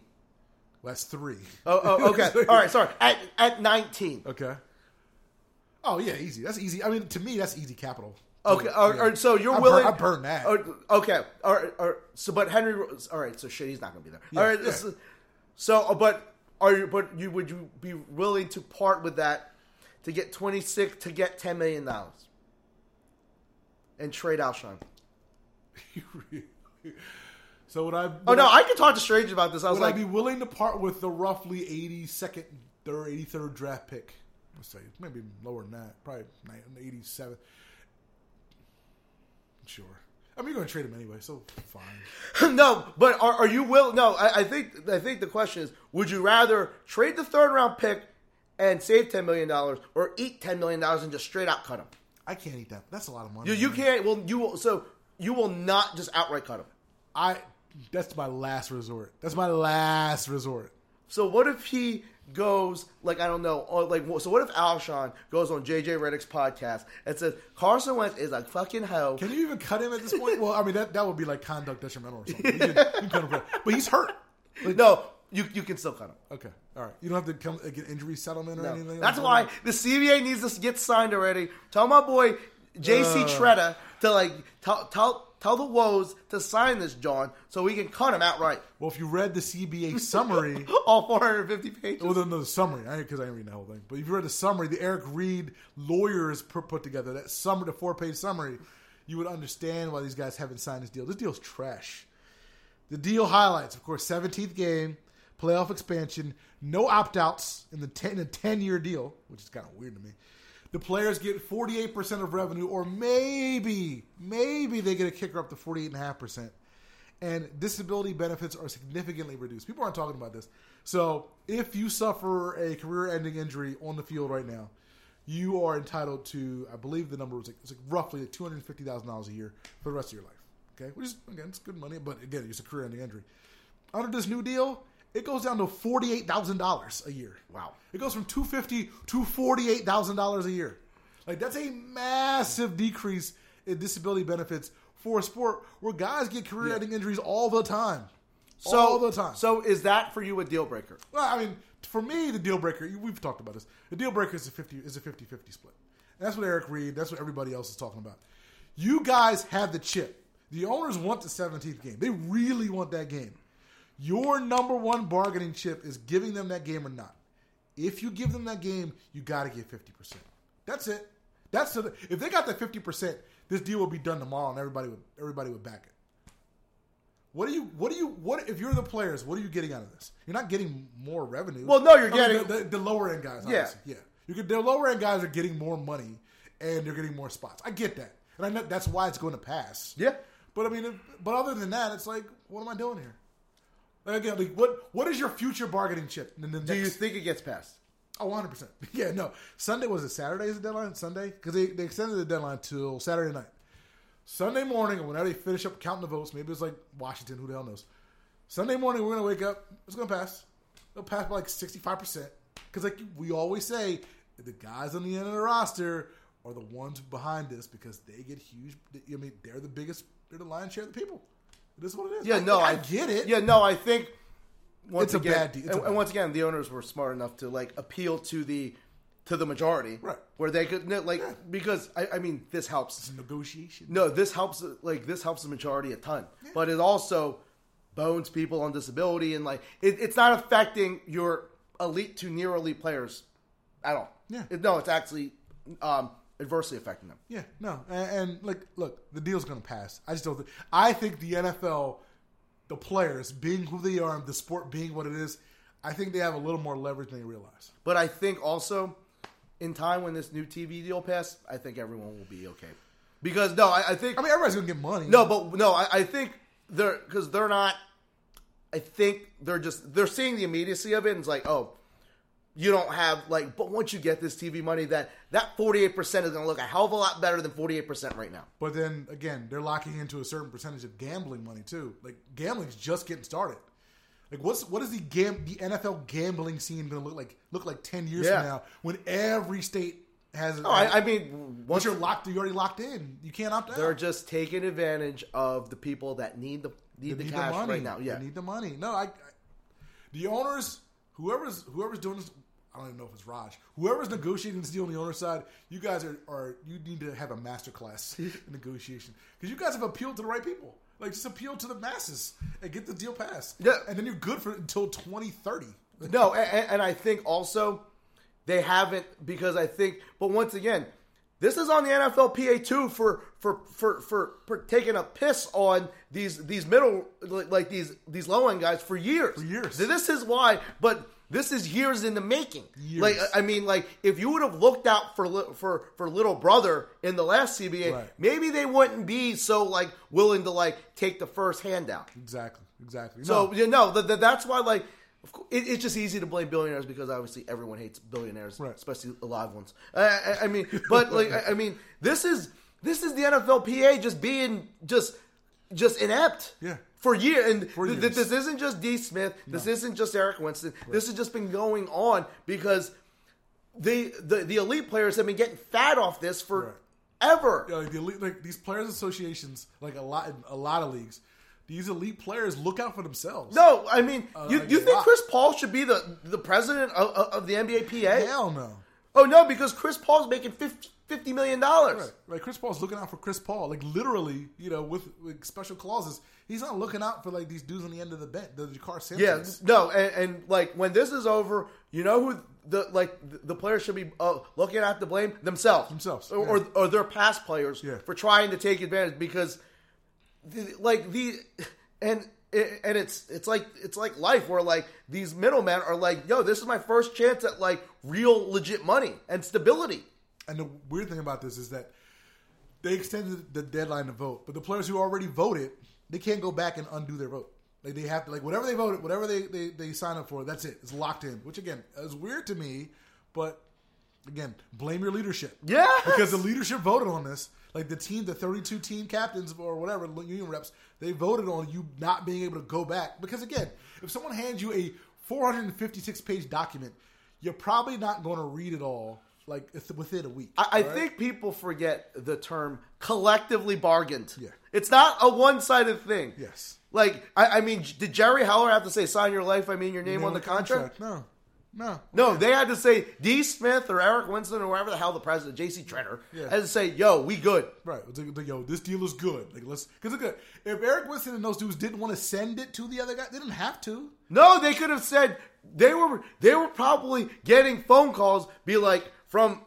S1: That's three.
S2: Oh, oh okay. All right. Sorry. At at nineteen.
S1: Okay. Oh yeah, easy. That's easy. I mean, to me, that's easy capital.
S2: Okay. Or,
S1: Yeah.
S2: or- so you're
S1: I burn-
S2: willing?
S1: I burn that.
S2: or- okay. Or, or so, but Henry. Ruggs- All right. So shit, he's not gonna be there. all right.
S1: yeah.
S2: this is- so, uh, but are you? But you would you be willing to part with that to get twenty six to get ten million dollars and trade Alshon?
S1: so would I?
S2: Oh no, I could talk to strangers about this. I was
S1: would
S2: like,
S1: I be willing to part with the roughly 82nd, third, 83rd draft pick? Let's say maybe lower than that, probably 87. Sure. I mean, you're going to trade him anyway, so fine.
S2: no, but are, are you will? No, I, I think I think the question is: Would you rather trade the third round pick and save ten million dollars, or eat ten million dollars and just straight out cut him?
S1: I can't eat that. That's a lot of money.
S2: You, you
S1: man.
S2: can't. Well, you will. So you will not just outright cut him.
S1: I. That's my last resort. That's my last resort.
S2: So what if he goes like I don't know, or like so what if Alshon goes on JJ Reddick's podcast and says Carson Wentz is a fucking hoe?
S1: Can you even cut him at this point? Well, I mean, that, that would be like conduct detrimental or something. You can, you can cut him, but he's hurt.
S2: no, you you can still cut him.
S1: Okay. All right. You don't have to come get injury settlement or
S2: No.
S1: anything.
S2: That's
S1: like that?
S2: why the CBA needs to get signed already. Tell my boy JC
S1: Uh.
S2: Tretta to like tell tell tell the woes to sign this John so we can cut him outright.
S1: Well, if you read the CBA summary,
S2: All 450 pages.
S1: Well, then the summary, because I, didn't read the whole thing. But if you read the summary, the Eric Reed lawyers put, put together that summary, the four page summary, you would understand why these guys haven't signed this deal. This deal's trash. The deal highlights, of course, 17th game, playoff expansion, no opt outs in the 10 a 10 year deal, which is kind of weird to me. The players get 48% of revenue, or maybe, maybe they get a kicker up to 48.5%. And disability benefits are significantly reduced. People aren't talking about this. So if you suffer a career ending injury on the field right now, you are entitled to, I believe the number was like, it's like roughly $250,000 a year for the rest of your life. Okay, which is again it's good money, but again it's a career-ending injury. Under this new deal, it goes down to forty-eight thousand dollars a year.
S2: Wow.
S1: It goes from two fifty to forty-eight thousand dollars a year. Like that's a massive decrease in disability benefits for a sport where guys get career-ending injuries all the time.
S2: So,
S1: all the time.
S2: So is that for you a deal breaker?
S1: Well, I mean, for me, the deal breaker. We've talked about this. The deal breaker is a fifty is a 50-50 split. And that's what Eric Reed. That's what everybody else is talking about. You guys have the chip. The owners want the seventeenth game. They really want that game. Your number one bargaining chip is giving them that game or not. If you give them that game, you got to get fifty percent. That's it. That's the, if they got that fifty percent, this deal will be done tomorrow, and everybody would everybody would back it. What do you? What do you? What if you're the players? What are you getting out of this? You're not getting more revenue.
S2: Well, no, you're
S1: I mean,
S2: getting-
S1: the, the, the lower end guys.
S2: Yeah.
S1: Obviously. Yeah, You could, the lower end guys are getting more money and they're getting more spots. I get that, and I know that's why it's going to pass.
S2: Yeah.
S1: But I mean, if, but other than that, it's like, what am I doing here? Like again, like what? What is your future bargaining chip? in the
S2: Do you
S1: next-
S2: think it gets passed?
S1: Oh, 100 percent. Yeah, no. Sunday was it Saturday is the deadline? Sunday because they, they extended the deadline till Saturday night. Sunday morning, and whenever they finish up counting the votes, maybe it's like Washington, who the hell knows. Sunday morning, we're gonna wake up. It's gonna pass. It'll pass by like 65 percent because like we always say, the guys on the end of the roster are the ones behind this because they get huge. I mean, they're the biggest. They're the lion's share of the people. It is what it is.
S2: Yeah, no,
S1: I,
S2: I,
S1: get it.
S2: Yeah, no, I think
S1: It's
S2: once
S1: a
S2: again,
S1: bad deal. It's a
S2: and,
S1: bad
S2: and once again, the owners were smart enough to like appeal to the to the majority,
S1: Right.
S2: Where they could no, like because I, I mean this helps.
S1: negotiation.
S2: No, this helps like this helps the majority a ton, but it also bones people on disability and like it, it's not affecting your elite to near elite players at all.
S1: Yeah.
S2: It- no, it's actually um, adversely affecting them.
S1: Yeah, no, and, and like, look, the deal's gonna pass. I just don't. Think, I think the NFL, the players being who they are, and the sport being what it is, I think they have a little more leverage than they realize.
S2: But I think also, in time when this new TV deal passed, I think everyone will be okay. Because no, I, I think
S1: I mean, everybody's gonna get money.
S2: no, but no, I, I think they're because they're not. I think they're just they're seeing the immediacy of it, and it's like, oh, you don't have like. But once you get this TV money, that that forty eight percent is going to look a hell of a lot better than forty eight percent right now.
S1: but then again, they're locking into a certain percentage of gambling money too. Like gambling's just getting started. Like, what's what is the gam- the NFL gambling scene gonna look like? Look like ten years
S2: Yeah.
S1: from now when every state has.
S2: No, I, I mean,
S1: once
S2: once
S1: you're locked, you're already locked in. You can't opt out.
S2: they're just taking advantage of the people that need the need,
S1: They
S2: the
S1: need
S2: cash
S1: the money
S2: right now. Yeah,
S1: they need the money. No, I, I the owners, whoever's whoever's doing this, I don't even know if it's Raj. Whoever's negotiating this deal on the owner side, you guys are, are you need to have a master class in negotiation because you guys have appealed to the right people. Like just appeal to the masses and get the deal passed.
S2: Yeah.
S1: and then you're good for until twenty thirty.
S2: No, and, and I think also they haven't because I think. But once again, this is on the NFLPA too for for for for, for taking a piss on these these middle like, like these these low end guys for years. For
S1: years.
S2: This is why, but. This is years in the making.
S1: Years.
S2: Like I I mean, like if you would have looked out for li- for for little brother in the last CBA,
S1: Right.
S2: maybe they wouldn't be so like willing to like take the first handout.
S1: Exactly, exactly.
S2: So
S1: No.
S2: you know th- th- that's why like of cour- it, it's just easy to blame billionaires because obviously everyone hates billionaires,
S1: Right.
S2: especially alive ones. I, I, I mean, but like I, I mean, this is this is the NFLPA just being just just inept.
S1: Yeah.
S2: For year and th- th-
S1: years.
S2: this isn't just D. Smith. This isn't just Eric Winston. This has just been going on because the the, the elite players have been getting fat off this for ever.
S1: Yeah, like uh, the elite, like these players' associations, like a lot, in a lot of leagues, these elite players look out for themselves.
S2: No, I mean, you,
S1: like
S2: you
S1: a
S2: think
S1: lot.
S2: Chris Paul should be the, the president of, of of the NBAPA?
S1: hell no.
S2: Oh no, because Chris Paul's making 50, $50 million dollars.
S1: Right. Like Chris Paul's looking out for Chris Paul, like literally, you know, with, with special clauses. He's not looking out for like these dudes on the end of the bench, the Jakar
S2: Yeah,
S1: Sampsons.
S2: no, and, and like when this is over, you know who the like the- the players should be uh, looking at to blame themselves,
S1: Themselves,
S2: or,
S1: yeah.
S2: or or their past players
S1: Yeah.
S2: for trying to take advantage because, the, like the and and it's it's like it's like life where like these middlemen are like, yo, this is my first chance at like real legit money and stability.
S1: And the weird thing about this is that they extended the deadline to vote, but the players who already voted, they can't go back and undo their vote. Like they have to, like whatever they voted, whatever they they, they sign up for, that's it. It's locked in. Which again is weird to me, but Again, blame your leadership.
S2: Yeah.
S1: Because the leadership voted on this. Like the team, the 32 team captains or whatever, union reps, they voted on you not being able to go back. Because again, if someone hands you a 456 page document, you're probably not going to read it all like it's within a week.
S2: I, I
S1: right?
S2: think people forget the term collectively bargained.
S1: Yeah.
S2: It's not a one sided thing.
S1: Yes.
S2: Like, I, I mean, did Jerry Heller have to say, sign your life, I mean your name
S1: Name
S2: on the contract?
S1: No. No.
S2: No, they had to say, D. Smith or Eric Winston or whoever the hell the president, J.C. Trenner,
S1: Yeah.
S2: had to say, yo, we good.
S1: Right. It's like, like, yo, this deal is good. Like, let's because look at if Eric Winston and those dudes didn't want to send it to the other guy, they didn't have to.
S2: No, they could have said they were they were probably getting phone calls be like from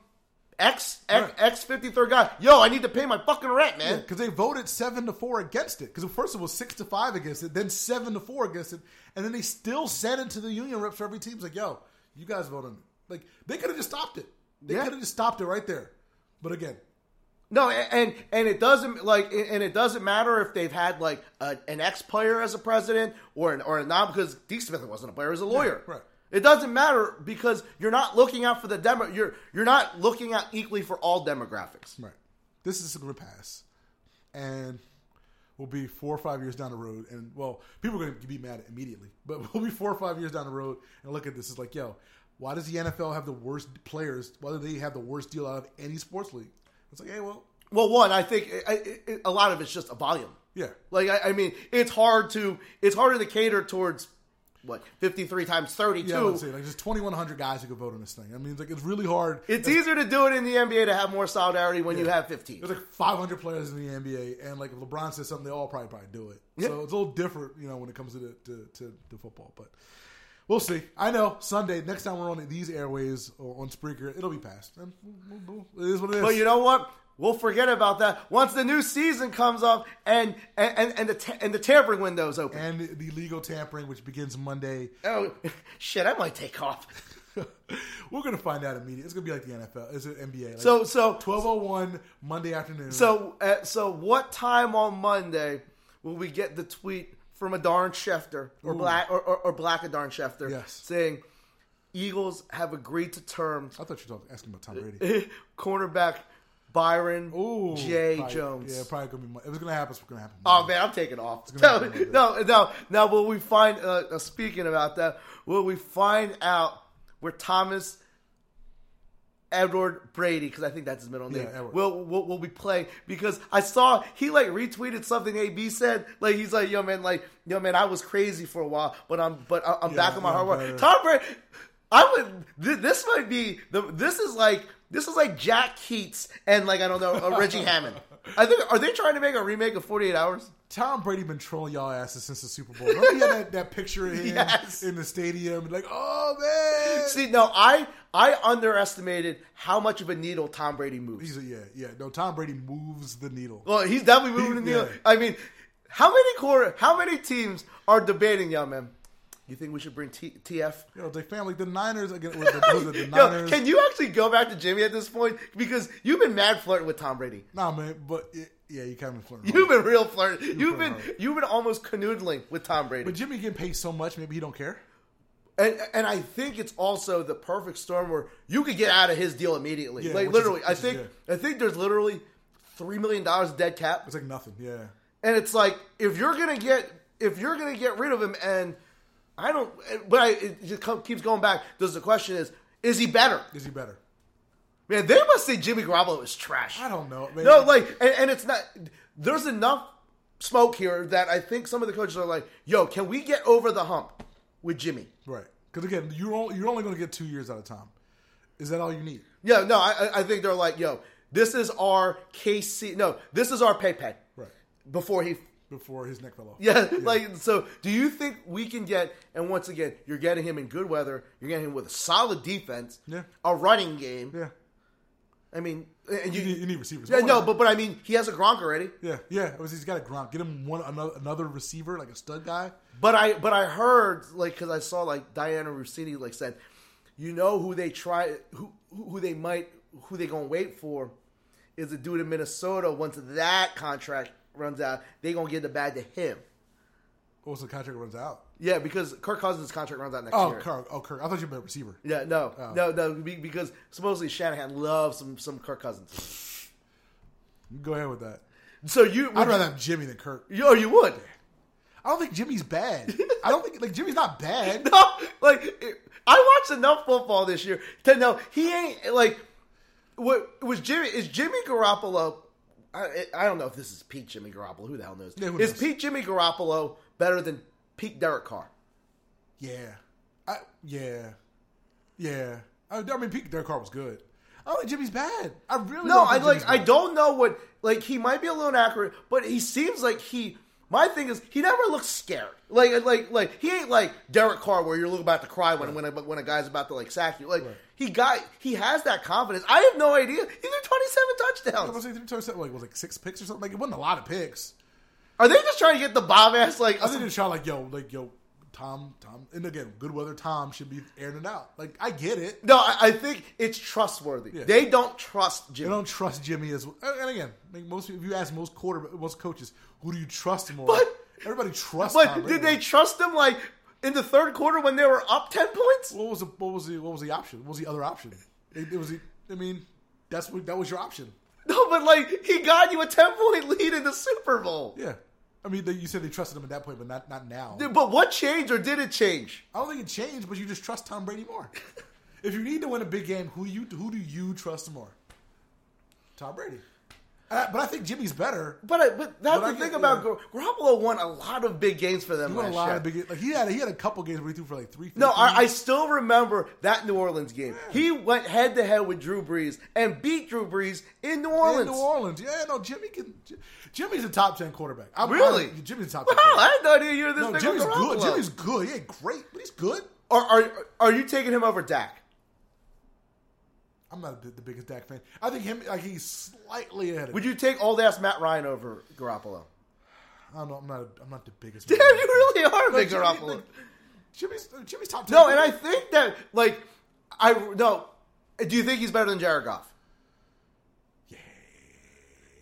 S2: X
S1: Right.
S2: X fifty third guy. Yo, I need to pay my fucking rent, man.
S1: Because they voted seven to four against it. Because first it was six to five against it, then seven to four against it, and then they still sent it to the union reps for every team. It's like, yo, you guys vote on it. Like they could have just stopped it. They
S2: Yeah.
S1: could have just stopped it right there. But again,
S2: No, a- and and it doesn't like and it doesn't matter if they've had like a, an ex player as a president or an or a non because D Smith wasn't a player, he was a lawyer.
S1: right.
S2: It doesn't matter because you're not looking out for the demo. You're you're not looking out equally for all demographics.
S1: right, this is going to pass, and we'll be four or five years down the road, and well, people are going to be mad immediately. But we'll be four or five years down the road and look at this. It's like, yo, why does the NFL have the worst players? Why do they have the worst deal out of any sports league? It's like, hey, well,
S2: Well, one, I think I, I, I- a lot of it's just a volume.
S1: yeah,
S2: Like I, I mean, it's hard to it's harder to cater towards what fifty three times thirty two.
S1: Yeah, let's see. Like, there's 2,100 guys who could vote on this thing. I mean, it's like it's really hard.
S2: it's easier to do it in the NBA to have more solidarity when you have fifteen.
S1: There's like 500 players in the NBA, and like if LeBron says something, they all probably probably do it. So it's a little different, you know, when it comes to the, to, to, to football. But we'll see. I know Sunday next time we're on these airways or on Spreaker, it'll be passed. And we'll- we'll- we'll- it is what it is.
S2: But you know what? We'll forget about that once the new season comes up and and and, and the ta- and the tampering window's open.
S1: and the legal tampering, which begins Monday.
S2: oh shit! I might take off.
S1: we're gonna find out immediately. It's gonna be like the NFL, it's an NBA. Like
S2: So so
S1: 12:01 Monday afternoon.
S2: so uh, so what time on Monday will we get the tweet from a darn Schefter or black or, or, or black a darn Schefter
S1: Yes.
S2: saying Eagles have agreed to terms
S1: I thought you were talking, asking about Tom
S2: Uh,
S1: Brady.
S2: cornerback Byron
S1: Ooh,
S2: J.
S1: probably-
S2: Jones.
S1: Yeah, probably gonna be. Mon- If it's gonna happen, it's gonna happen.
S2: Oh man, I'm taking off.
S1: gonna
S2: No,
S1: happen like
S2: no, no, no. Will we find? Uh, uh, speaking about that, will we find out where Thomas Edward Brady? Because I think that's his middle name.
S1: Yeah, Edward.
S2: will will will be playing? Because I saw he like retweeted something AB said. Like he's like, yo man, like yo man, I was crazy for a while, but I'm but I- I'm back on my
S1: yeah,
S2: hard
S1: better.
S2: work. Tom Brady, I would. Th- this might be the. This is like. This is like Jack Keats and like I don't know uh, Reggie Hammond. I think are they trying to make a remake of Forty Eight Hours?
S1: Tom Brady been trolling y'all asses since the Super Bowl. Remember he had that, that picture of him
S2: Yes.
S1: in the stadium, like, oh man.
S2: See, no, I I underestimated how much of a needle Tom Brady moves.
S1: He's a, yeah, yeah. No, Tom Brady moves the needle.
S2: Well, he's definitely moving the
S1: Yeah.
S2: needle. I mean, how many core? How many teams are debating, young man? You think we should bring T- TF?
S1: You know, the family, the Niners again. Was it, was it the
S2: Yo,
S1: Niners?
S2: can you actually go back to Jimmy at this point? Because you've been mad flirting with Tom Brady.
S1: nah, man. But it, yeah, you kind of flirting.
S2: You've been real flirting. You've been
S1: hard.
S2: you've been almost canoodling with Tom Brady.
S1: But Jimmy getting paid so much, maybe he don't care.
S2: And and I think it's also the perfect storm where you could get out of his deal immediately.
S1: Yeah,
S2: like
S1: which is-
S2: literally, I
S1: which is
S2: think
S1: good.
S2: I think there's literally three million dollars dead cap,
S1: It's like nothing. Yeah,
S2: and it's like if you're gonna get if you're gonna get rid of him, and I don't, but I, it just co- keeps going back. Does the question is is he better?
S1: is he better?
S2: Man, they must say Jimmy Garoppolo is trash.
S1: I don't know. Man.
S2: No, like, and, and it's not. There's enough smoke here that I think some of the coaches are like, "Yo, can we get over the hump with Jimmy?"
S1: right? Because again, you're only, you're only going to get two years out of Tom. Is that all you need?
S2: Yeah, no, I, I- I think they're like, yo, this is our KC. No, this is our PayPay.
S1: Right
S2: Before he,
S1: before his neck fell off.
S2: yeah, like so. Do you think we can get? And once again, you're getting him in good weather. You're getting him with a solid defense.
S1: Yeah.
S2: A running game.
S1: yeah.
S2: I mean, and you,
S1: You need, you need receivers.
S2: yeah, no, but but I mean, he has a Gronk already.
S1: Yeah, yeah. It was, he's got a grunt. Get him one another, another receiver, like a stud guy.
S2: But I but I heard like because I saw like Diana Rossini like said, you know who they try who who they might who they gonna wait for is the dude in Minnesota. Once that contract runs out, they gonna give the bag to him.
S1: Once the contract Oh, runs out.
S2: Yeah, because Kirk Cousins' contract runs out next
S1: Oh,
S2: year.
S1: Kirk. Oh, Kirk. I thought you meant receiver.
S2: Yeah, no, no, no, be- because supposedly Shanahan loves some some Kirk Cousins.
S1: Go ahead with that.
S2: So you,
S1: I'd rather have Jimmy than Kirk.
S2: yo, you would.
S1: I don't think Jimmy's bad. I don't think like Jimmy's not bad.
S2: No, like it- I watched enough football this year to know he ain't like. What was Jimmy? Is Jimmy Garoppolo? I, I don't know if this is Pete Jimmy Garoppolo. Who the hell knows?
S1: Yeah, who
S2: is
S1: knows?
S2: Pete Jimmy Garoppolo better than Pete Derek Carr?
S1: Yeah. I yeah. Yeah. I, I mean Pete Derek Carr was good. I don't think Jimmy's bad. I really
S2: No,
S1: don't
S2: I
S1: think
S2: like.
S1: Jimmy's
S2: I
S1: bad.
S2: don't know what. Like he might be a little inaccurate, but he seems like he. My thing is, he never looks scared. Like, like, like he ain't like Derek Carr, where you're looking about to cry when when, a, when a guy's about to like sack you. Like he got, he has that confidence. I have no idea. He threw
S1: I
S2: 27
S1: was
S2: touchdowns.
S1: like, three times, like, was like six picks or something. Like it wasn't a lot of picks.
S2: Are they just trying to get the bomb ass? Like,
S1: I was just trying like yo, like yo, Tom, Tom, and again, good weather. Tom should be airing it out. Like I get it.
S2: no, I, I think it's trustworthy.
S1: Yeah.
S2: They don't trust Jimmy.
S1: They don't trust Jimmy as and again, like most if you ask most quarter most coaches, who do you trust more?
S2: But-
S1: everybody trusts. Tom
S2: but
S1: Brady.
S2: did they trust him? Like in the third quarter when they were up 10 points?
S1: What was the what was the what was the option? What was the other option? It, it was. The, I mean, that's what that was your option.
S2: No, but like he got you a 10 point lead in the Super Bowl.
S1: Yeah. I mean, they, you said they trusted him at that point, but not not now.
S2: Dude, But what changed or did it change?
S1: I don't think it changed, but you just trust Tom Brady more. if you need to win a big game, who you who do you trust more? Tom Brady. And I- but I think Jimmy's better.
S2: But I, but that's
S1: But I
S2: the thing
S1: get-
S2: about
S1: yeah.
S2: Gar- Garoppolo won a lot of big games for them.
S1: He won a
S2: last
S1: lot
S2: year.
S1: of big like he had he had a couple games where he threw for like three.
S2: No, I, I still remember that New Orleans game. He went head to head with Drew Brees and beat Drew Brees in New
S1: in
S2: Orleans.
S1: New Orleans. Yeah, no, Jimmy can. J- Jimmy's a top ten quarterback. I'm,
S2: Really?
S1: I'm- Jimmy's a top
S2: Wow,
S1: ten.
S2: I had no idea you were this
S1: quarterback. no,
S2: big
S1: Jimmy's
S2: on Garoppolo.
S1: good. Jimmy's good. He ain't great, but he's good.
S2: are, are are you taking him over Dak?
S1: I'm not the, the biggest Dak fan. I think him like he's slightly ahead. Of
S2: Would you take old ass Matt Ryan over Garoppolo?
S1: I don't know. I'm not. A, I'm not the biggest.
S2: Damn, you really are
S1: Like,
S2: a big
S1: Jimmy-
S2: Garoppolo.
S1: like, Jimmy's Jimmy's top ten.
S2: No, and I think that like I no. Do you think he's better than Jared Goff?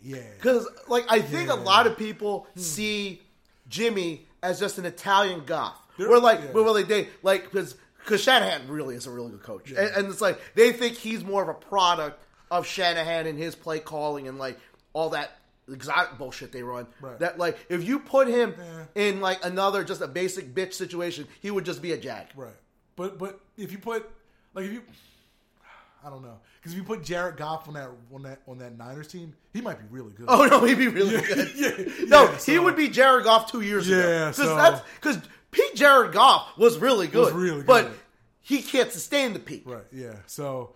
S1: yeah. Hmm.
S2: Because like I think a lot of people see Jimmy as just an Italian goth.
S1: They're-
S2: We're like,
S1: yeah.
S2: we're really they like because because Shanahan really is a really good coach, and, and it's like they think he's more of a product of Shanahan and his play calling and like all that exotic bullshit they run.
S1: Right.
S2: That like if you put him
S1: Yeah.
S2: in like another just a basic bitch situation, he would just be a jag.
S1: Right. But but if you put like if you I don't know because if you put Jared Goff on that on that on that Niners team, he might be really good.
S2: Oh no, he'd be really good. no,
S1: yeah,
S2: he
S1: so-
S2: would be Jared Goff two years ago.
S1: Yeah, so-
S2: because Pete Jared Goff was really good.
S1: really good.
S2: but he can't sustain the peak.
S1: Right. Yeah. So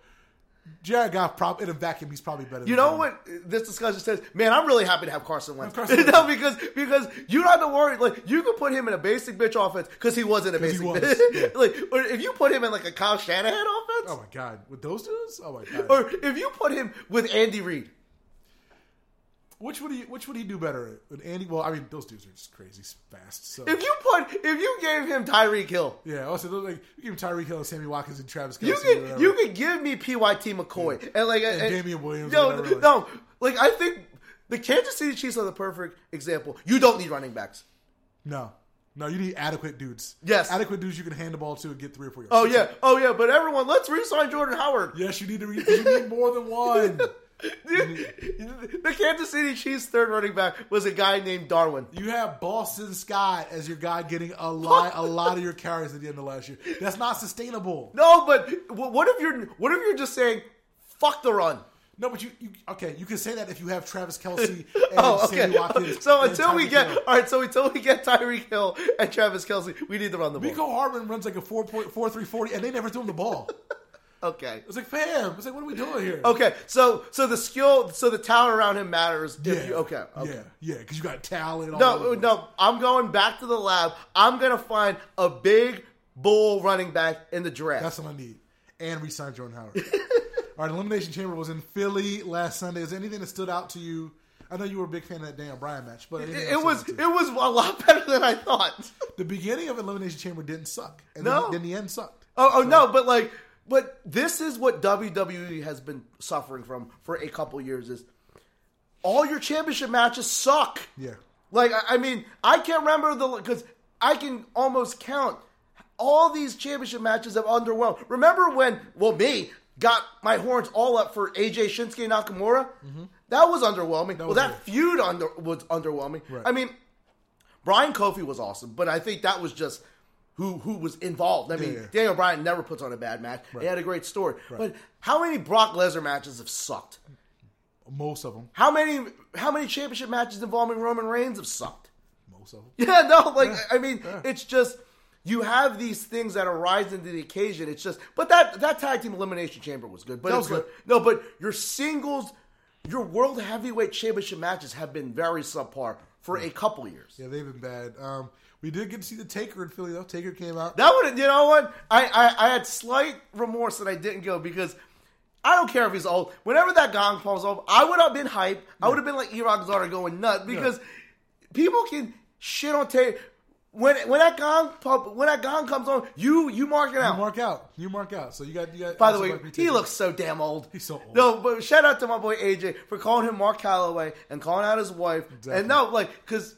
S1: Jared Goff probably in a vacuum, he's probably better. than
S2: You know
S1: him.
S2: what this discussion says? Man, I'm really happy to have Carson Wentz.
S1: Carson Wentz.
S2: no, because because you don't have to worry. Like you could put him in a basic bitch offense because he wasn't a
S1: 'Cause he
S2: basic.
S1: was,
S2: bitch.
S1: yeah.
S2: like or if you put him in like a Kyle Shanahan
S1: Oh
S2: offense,
S1: my god, with those dudes? Oh my god.
S2: or if you put him with Andy Reid.
S1: which would he which would he do better at? with Andy? Well, I mean those dudes are just crazy fast. So
S2: If you put if you gave him Tyreek Hill,
S1: yeah, also those, like you give him Tyreek Hill, Sammy Watkins, and Travis
S2: You
S1: Kelsey.
S2: can you can give me PYT McCoy and like and,
S1: Damian Williams or
S2: No,
S1: whatever, like-
S2: no, like I think the Kansas City Chiefs are the perfect example. You don't need running backs.
S1: no. No, you need adequate dudes.
S2: Yes.
S1: adequate dudes you can hand the ball to and get three or four yards.
S2: Oh yeah, oh yeah, but everyone, let's re-sign Jordan Howard.
S1: Yes, you need to. Re- you need more than one.
S2: the Kansas City Chiefs' third running back was a guy named Darwin.
S1: You have Boston Scott as your guy getting a lot, a lot of your carries at the end of last year. That's not sustainable.
S2: No, but wh- what if you're what if you're just saying fuck the run?
S1: No, but you, you okay? You can say that if you have Travis Kelsey and
S2: Oh,
S1: Sammy
S2: okay.
S1: Watkins.
S2: So
S1: and
S2: until we
S1: Tyreek
S2: get
S1: Hill.
S2: all right, so until we get Tyreek Hill and Travis Kelsey, we need to run the ball.
S1: Nico Hardman runs like a 4.4340, and they never threw him the ball.
S2: okay.
S1: It's like, fam, it's like, what are we doing here?
S2: Okay, so so the skill, so the talent around him matters.
S1: yeah,
S2: If you, okay, okay.
S1: yeah, yeah, because you got talent. All
S2: No,
S1: over.
S2: no, I'm going back to the lab. I'm gonna find a big bull running back in the draft.
S1: That's what I need. And re-sign Jordan Howard. All right, Elimination Chamber was in Philly last Sunday. Is there anything that stood out to you? I know you were a big fan of that Dan O'Brien match, but anything
S2: it,
S1: else
S2: it
S1: stood out
S2: was
S1: to you?
S2: it was a lot better than I thought.
S1: the beginning of Elimination Chamber didn't suck, and
S2: No.
S1: then, then the end sucked.
S2: Oh, oh no, but like, but this is what WWE has been suffering from for a couple years is all your championship matches suck.
S1: Yeah,
S2: Like, I, I mean, I can't remember the because I can almost count all these championship matches have underwhelmed. Remember when, well, me got my horns all up for AJ Shinsuke Nakamura? That was underwhelming.
S1: Mm-hmm.
S2: well,
S1: was
S2: that
S1: it.
S2: feud under, was underwhelming. I mean, Brian Kofi was awesome, but I think that was just who who was involved. I mean,
S1: yeah.
S2: Daniel Bryan never puts on a bad match. He had a great story. But how many Brock Lesnar matches have sucked?
S1: Most of them.
S2: How many how many championship matches involving Roman Reigns have sucked?
S1: Most of them.
S2: Yeah, no, like I mean, it's just you have these things that arise into the occasion. It's just, but that that tag team elimination chamber was good. But
S1: That
S2: it's
S1: was
S2: like- No, but your singles, your world heavyweight championship matches have been very subpar for a couple years.
S1: Yeah, they've been bad. Um, we did get to see the Taker in Philly though. Taker came out.
S2: That would, you know what? I, I I had slight remorse that I didn't go because. I don't care if he's old. Whenever that gong falls off, I would have been hyped. I would have been like Erog's daughter going nuts because people can shit on Taylor. When when that gong pop, when that gong comes on, you you mark it out.
S1: You mark out. You mark out. So you got. You got.
S2: By the
S1: also
S2: way,
S1: might be
S2: he
S1: Taker.
S2: looks so damn old.
S1: He's so old.
S2: No, but shout out to my boy AJ for calling him Mark Calloway and calling out his wife. And no, like, because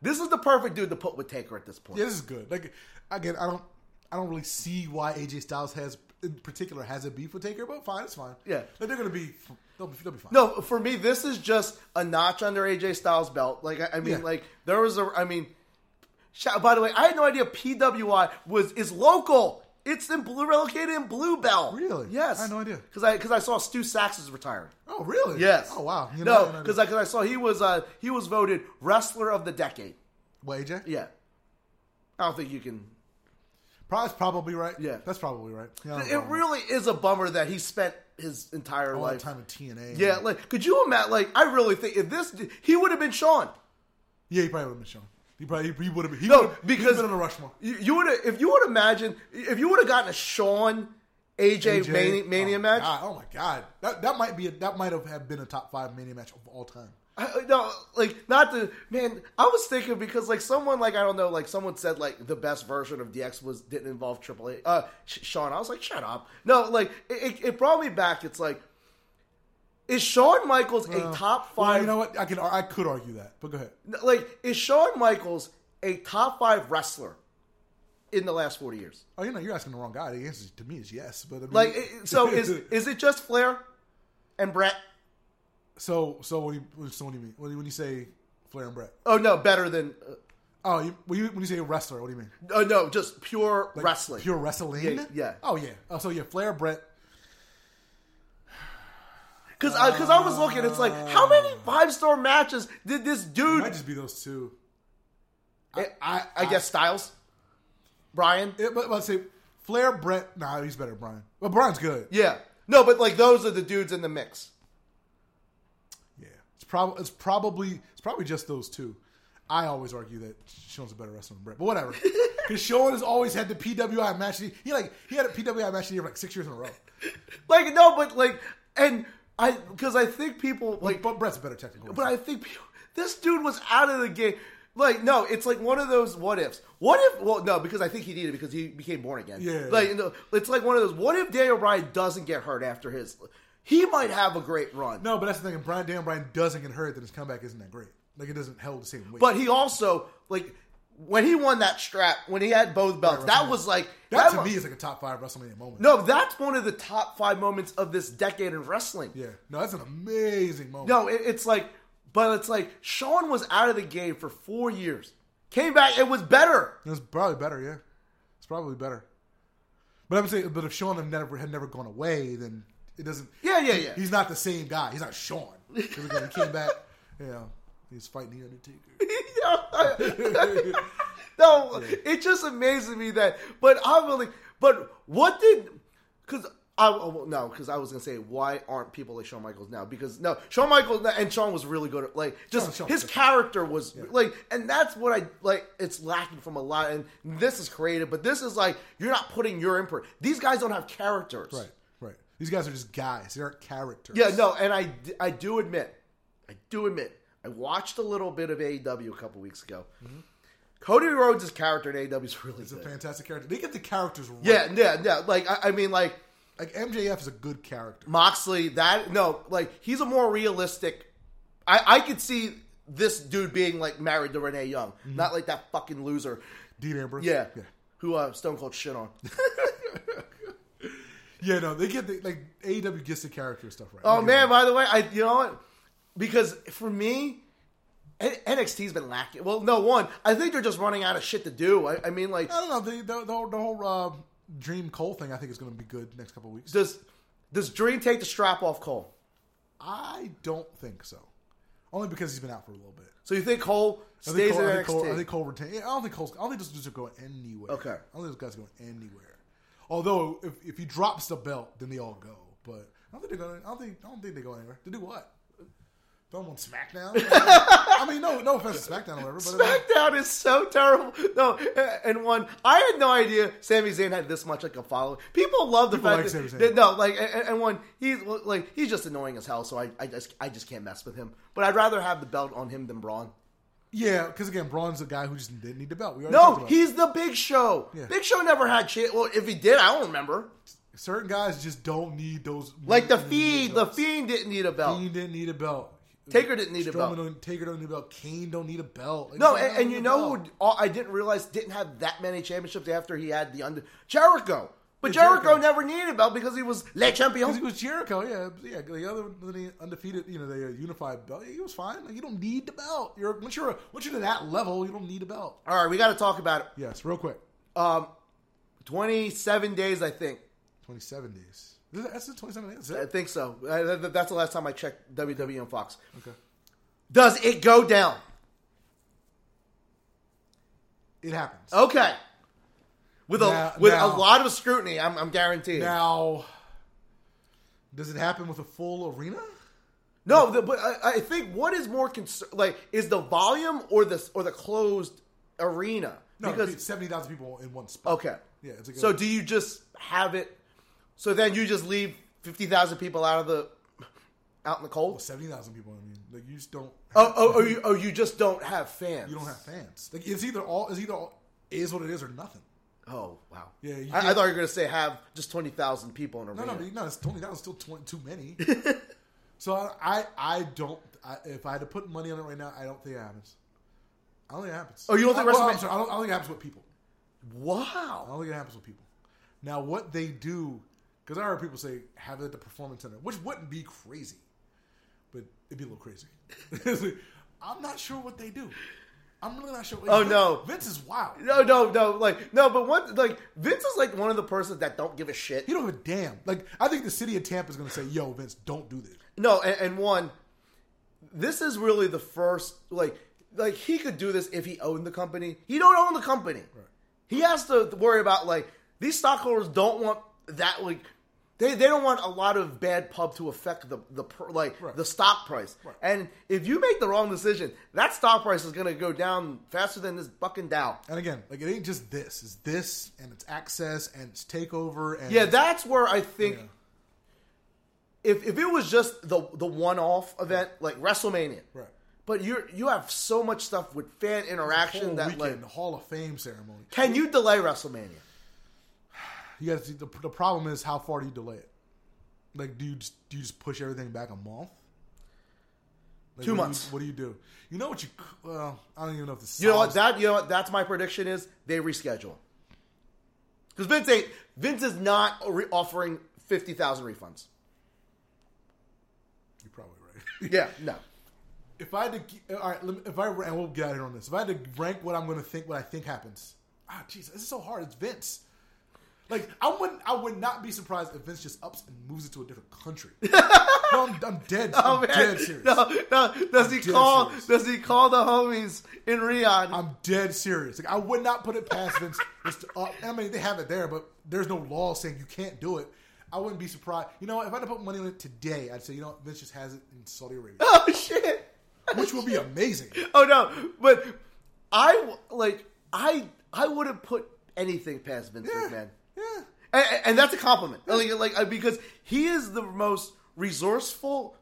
S2: this is the perfect dude to put with Taker at this point.
S1: Yeah, this is good. Like again, I don't. I don't really see why AJ Styles has, in particular, has a beef with Taker, but fine, it's fine.
S2: Yeah.
S1: Like, they're gonna be. They'll be, they'll be fine.
S2: No, for me, this is just a notch under AJ Styles' belt. Like, I, I
S1: Yeah.
S2: mean, like there was a. I mean, shout, by the way, I had no idea PWI was is local. It's in blue, relocated in Blue Bell.
S1: Really?
S2: Yes.
S1: I had no idea.
S2: Because I because I saw Stu Sachs is retiring.
S1: Oh really?
S2: Yes.
S1: Oh wow. You know,
S2: no,
S1: you know,
S2: because I, 'cause I saw he was uh he was voted wrestler of the decade.
S1: Well, AJ.
S2: Yeah. I don't think you can.
S1: Pro- that's probably right.
S2: Yeah.
S1: That's probably right. Yeah,
S2: It really is a bummer that he spent his entire
S1: all that
S2: life.
S1: time in TNA.
S2: Yeah, like could you imagine? Like I really think if this he would have been Sean.
S1: Yeah, he probably would have been shown. He probably he would have. He
S2: No,
S1: would've- he'd
S2: because
S1: been on a Rushmore.
S2: You, you would if you would imagine if you would have gotten a Sean AJ,
S1: AJ.
S2: Mania, Mania
S1: oh,
S2: match.
S1: God. Oh my god, that that might be a, that might have- have been a top five Mania match of all time.
S2: I, no, like not the man. I was thinking because like someone like I don't know like someone said like the best version of DX was didn't involve Triple H. Uh, Sh- Sean, I was like, shut up. No, like it, it, it brought me back. It's like. Is Shawn Michaels a top five?
S1: Uh, Well, you know what? I can I could argue that, but go ahead.
S2: like is Shawn Michaels a top five wrestler in the last forty years?
S1: Oh, you know, you're asking the wrong guy. The answer to me is yes, but I mean,
S2: Like, it- so is is it just Flair and Brett?
S1: so so. What do you, so what do you mean when you, when you say Flair and Brett?
S2: Oh no, better than uh,
S1: Oh, you, when, you, when you say wrestler, what do you mean?
S2: oh no, just pure
S1: Like,
S2: wrestling.
S1: pure wrestling.
S2: Yeah, yeah.
S1: Oh yeah. Oh, so yeah, Flair, Brett.
S2: Because because I was looking, it's like
S1: Oh.
S2: how many five star matches did this dude?
S1: Might just be those two.
S2: I,
S1: I
S2: I guess Styles, Brian.
S1: It, but let's say Flair, Brett. Nah, he's better, Brian. But Brian's good.
S2: Yeah, no, but like those are the dudes in the mix.
S1: Yeah, it's probably it's probably it's probably just those two. I always argue that Sean's a better wrestler than Brett, but whatever. Because Sean has always had the PWI match. He, he like he had a PWI match here for like six years in a row.
S2: Like no, but like and I because I think people like
S1: But Brett's better technical.
S2: But I think people- this dude was out of the game. Like, no, it's like one of those what ifs. What if? Well, no, because I think he did it because he became born again.
S1: Yeah.
S2: Like, no, it's like one of those. What if Daniel Bryan doesn't get hurt after his? He might have a great run.
S1: no, but that's the thing. If Brian Dan Bryan doesn't get hurt, then his comeback isn't that great. Like it doesn't hold the same weight.
S2: But he also like when he won that strap when he had both belts. that was like
S1: that
S2: that
S1: to
S2: wa-
S1: me is like a top five WrestleMania moment.
S2: No, that's one of the top five moments of this decade in wrestling.
S1: Yeah. No, that's an amazing moment.
S2: No, it, it's like, but it's like Sean was out of the game for four years, came back, it was better.
S1: It was probably better, yeah. It's probably better. But I'm saying, but if Sean had never had never gone away, then it doesn't.
S2: Yeah, yeah, yeah.
S1: He's not the same guy. He's not Sean. 'Cause again, he came back. You know, he's fighting the Undertaker.
S2: no, it just amazes me that. But I'm really. But what did? Because I oh, well, no, because I was gonna say why aren't people like Shawn Michaels now? Because no, Shawn Michaels and Shawn was really good. At, like just
S1: Shawn- Shawn
S2: his
S1: was
S2: character was like, and that's what I like. It's lacking from a lot. And this is creative, but this is like you're not putting your imprint. These guys don't have characters.
S1: right, right. These guys are just guys. They aren't characters.
S2: Yeah, no, and I, I do admit, I do admit, I watched a little bit of AEW a couple weeks ago. Cody Rhodes' character in AEW is really
S1: Mm-hmm. He's a
S2: good.
S1: fantastic character. They get the characters right.
S2: yeah, yeah, yeah. Like I, I mean, like
S1: Like MJF is a good character.
S2: Moxley, that no, like he's a more realistic. I, I could see this dude being like married to Renee Young, not like that fucking loser.
S1: Dean Ambrose.
S2: Yeah.
S1: Mm-hmm. yeah.
S2: Who uh, Stone Cold shit on.
S1: Yeah, no, they get the, like AEW gets the character stuff right.
S2: Oh
S1: They get
S2: man,
S1: it.
S2: by the way, I you know what? Because for me, N- NXT's been lacking. Well, no one. I think they're just running out of shit to do. I, I mean, like,
S1: I don't know the the, the whole, the whole uh, Dream Cole thing. I think is going to be good next couple of weeks.
S2: does does Dream take the strap off Cole?
S1: I don't think so, only because he's been out for a little bit.
S2: So you think Cole
S1: I think
S2: stays
S1: Cole, I
S2: in
S1: think
S2: NXT?
S1: Cole, I think Cole retain. yeah, I don't think Cole's. I don't think those dudes are going anywhere.
S2: Okay.
S1: I don't think those guys are going anywhere. Although if, if he drops the belt, then they all go. But I don't think they're going. I don't think. I don't think they go anywhere. To do what? Throw them on SmackDown. I mean, no, no offense to SmackDown or whatever. But I mean,
S2: SmackDown is so terrible. No, and one, I had no idea Sami Zayn had this much like a following. People love the
S1: People
S2: fact
S1: like Sami
S2: that,
S1: Zayn.
S2: that- no, like, and, and one, he's well, like he's just annoying as hell. So I, I just, I just can't mess with him. But I'd rather have the belt on him than Braun.
S1: yeah, because again, Braun's a guy who just didn't need the belt. We already talked
S2: No,
S1: about it.
S2: he's the Big Show.
S1: Yeah.
S2: Big Show never had shit. Well, if he did, I don't remember.
S1: certain guys just don't need those.
S2: Like the
S1: didn't need
S2: Fiend, the Fiend didn't need a belt.
S1: Fiend didn't need a belt.
S2: Taker didn't need a belt.
S1: Don't, Taker don't need a belt. Kane don't need a belt. Like,
S2: No,
S1: these guys
S2: and,
S1: don't
S2: and
S1: need
S2: you
S1: a
S2: know
S1: belt.
S2: who all I didn't realize didn't have that many championships after he had the under Jericho. But
S1: Yeah,
S2: Jericho,
S1: Jericho.
S2: never needed a belt because he was Le Champion.
S1: 'Cause It was Jericho, yeah, yeah. The other than the undefeated, you know, the uh, unified belt. He was fine. Like you don't need the belt. You're once you're once you're to that level, you don't need a belt.
S2: All right, we got to talk about it.
S1: Yes, real quick.
S2: Um, 27 days, I think.
S1: Twenty seven days. Is that- That's the twenty seven days. That's
S2: I
S1: it.
S2: think so. I, th- th- that's the last time I checked WWE on Fox.
S1: Okay.
S2: Does it go down?
S1: It happens.
S2: Okay. With a
S1: Now-
S2: with
S1: now-
S2: a lot of scrutiny, I'm, I'm guaranteed.
S1: Now, does it happen with a full arena?
S2: No, the, but I, I think what is more concern like is the volume or the or the closed arena
S1: No,
S2: because
S1: because seventy thousand people in one spot.
S2: okay,
S1: Yeah, it's like a-
S2: so do you just have it? So then you just leave fifty thousand people out of the out in the cold.
S1: seventy thousand people. I mean, like you just don't.
S2: Oh, oh, oh, you, oh, you just don't have fans.
S1: You don't have fans. Like it's either all is either all, is what it is or nothing.
S2: Oh wow.
S1: Yeah, you
S2: I, I
S1: can't-
S2: thought you were gonna say have just twenty thousand people in an
S1: No,
S2: arena.
S1: no, but, no. It's twenty thousand. Still twenty too many. so I, I, I don't. I, if I had to put money on it right now, I don't think it happens. I don't think it happens.
S2: Oh, you don't think
S1: I, well,
S2: WrestleMania-
S1: I'm sorry, I, don't, I don't think it happens with people. I
S2: wow.
S1: don't think it happens with people. Now, what they do, because I heard people say have it at the performance center, which wouldn't be crazy, but it'd be a little crazy. I'm not sure what they do. I'm really not sure.
S2: Oh, no.
S1: Vince is wild.
S2: No, no, no. Like no, but what? Like Vince is like one of the persons that don't give a shit.
S1: He don't give a damn. Like I think the city of Tampa is going to say, "Yo, Vince, don't do this."
S2: No, and, and one, this is really the first like like he could do this if he owned the company. He don't own the company. He has to worry about like these stockholders don't want that like they, they don't want a lot of bad pub to affect the the pr- like
S1: Right.
S2: the stock price. And if you make the wrong decision, that stock price is going to go down faster than this fucking Dow.
S1: And again, like it ain't just this. It's this and it's access and it's takeover and
S2: Yeah, that's where I think
S1: Yeah.
S2: if if it was just the the one off event like WrestleMania,
S1: Right.
S2: But you you have so much stuff with fan
S1: whole
S2: interaction that
S1: weekend,
S2: like
S1: the Hall of Fame ceremony.
S2: can you delay WrestleMania?
S1: You got to see the, the problem is how far do you delay it? Like, do you just, do you just push everything back a month? Like, what
S2: Two
S1: do you-
S2: months.
S1: what do you do? You know what you? c- Well, I don't even know if this.
S2: You know what
S1: solves-
S2: that you know what that's my prediction is they reschedule because Vince ain't, Vince is not re- offering fifty thousand refunds.
S1: You're probably right.
S2: Yeah, no.
S1: if I had to, g- all right, let me, if I ra- and we'll get out here on this. If I had to rank what I'm going to think, what I think happens. Ah, jeez, this is so hard. It's Vince. Like I wouldn't, I would not be surprised if Vince just ups and moves it to a different country. no, I'm, I'm dead.
S2: Oh
S1: I'm
S2: man,
S1: dead serious.
S2: no, no. Does he
S1: dead
S2: call?
S1: serious.
S2: Does he call the homies in Riyadh?
S1: I'm dead serious. Like I would not put it past Vince. just to up- I mean, they have it there, but there's no law saying you can't do it. I wouldn't be surprised. You know, if I had to put money on it today, I'd say, you know, what, Vince just has it in Saudi Arabia,
S2: oh shit!
S1: which would be amazing.
S2: Oh no, but I w- like I I wouldn't put anything past Vince
S1: Yeah,
S2: McMahon.
S1: yeah.
S2: and, and that's a compliment. Like, like uh, because he is the most resourceful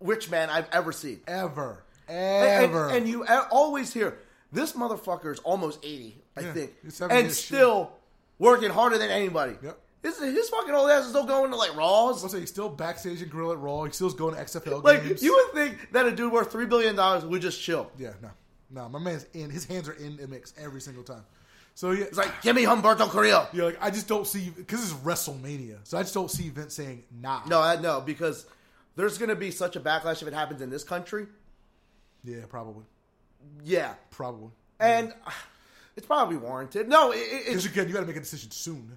S2: rich man I've ever seen.
S1: Ever,
S2: And-
S1: ever,
S2: And, and you a- always hear this motherfucker is almost eighty, I
S1: Yeah,
S2: think,
S1: he's having
S2: and
S1: his shit.
S2: still working harder than anybody.
S1: Yep.
S2: His, his fucking old ass is still going to like Raws.
S1: I'll say he's still backstage and grill at Raw. He still's going to XFL
S2: Like
S1: games.
S2: you would think that a dude worth three billion dollars would just chill.
S1: yeah, no, no. My man's in. His hands are in the mix every single time. So yeah,
S2: It's like, give me Humberto Carrillo.
S1: you're like, I just don't see because it's WrestleMania, so I just don't see Vince saying nah.
S2: No, I, no, because there's going to be such a backlash if it happens in this country.
S1: Yeah, probably,
S2: Yeah,
S1: probably.
S2: and uh, it's probably warranted. No, it, it,
S1: Because
S2: it's
S1: again, you got to make a decision soon.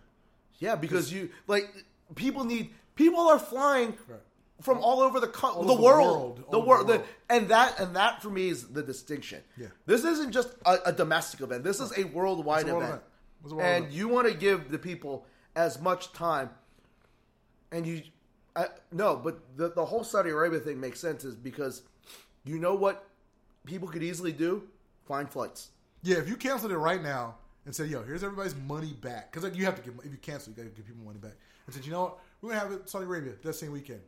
S2: yeah, because you like people need people are flying
S1: Right.
S2: from all over the co- the,
S1: over the
S2: world,
S1: world,
S2: the
S1: all
S2: world,
S1: over the
S2: the,
S1: world.
S2: and that and that for me is the distinction.
S1: Yeah.
S2: this isn't just a, a domestic event. This is a worldwide
S1: It's a world
S2: event,
S1: event. It's a world
S2: and
S1: event.
S2: you want to give the people as much time. And you, I, no, but the the whole Saudi Arabia thing makes sense is because you know what people could easily do: find flights.
S1: Yeah, if you canceled it right now and said, "Yo, here's everybody's money back," because like you have to give if you cancel, you got to give people money back. And said, "You know what? We're gonna have it in Saudi Arabia that same weekend."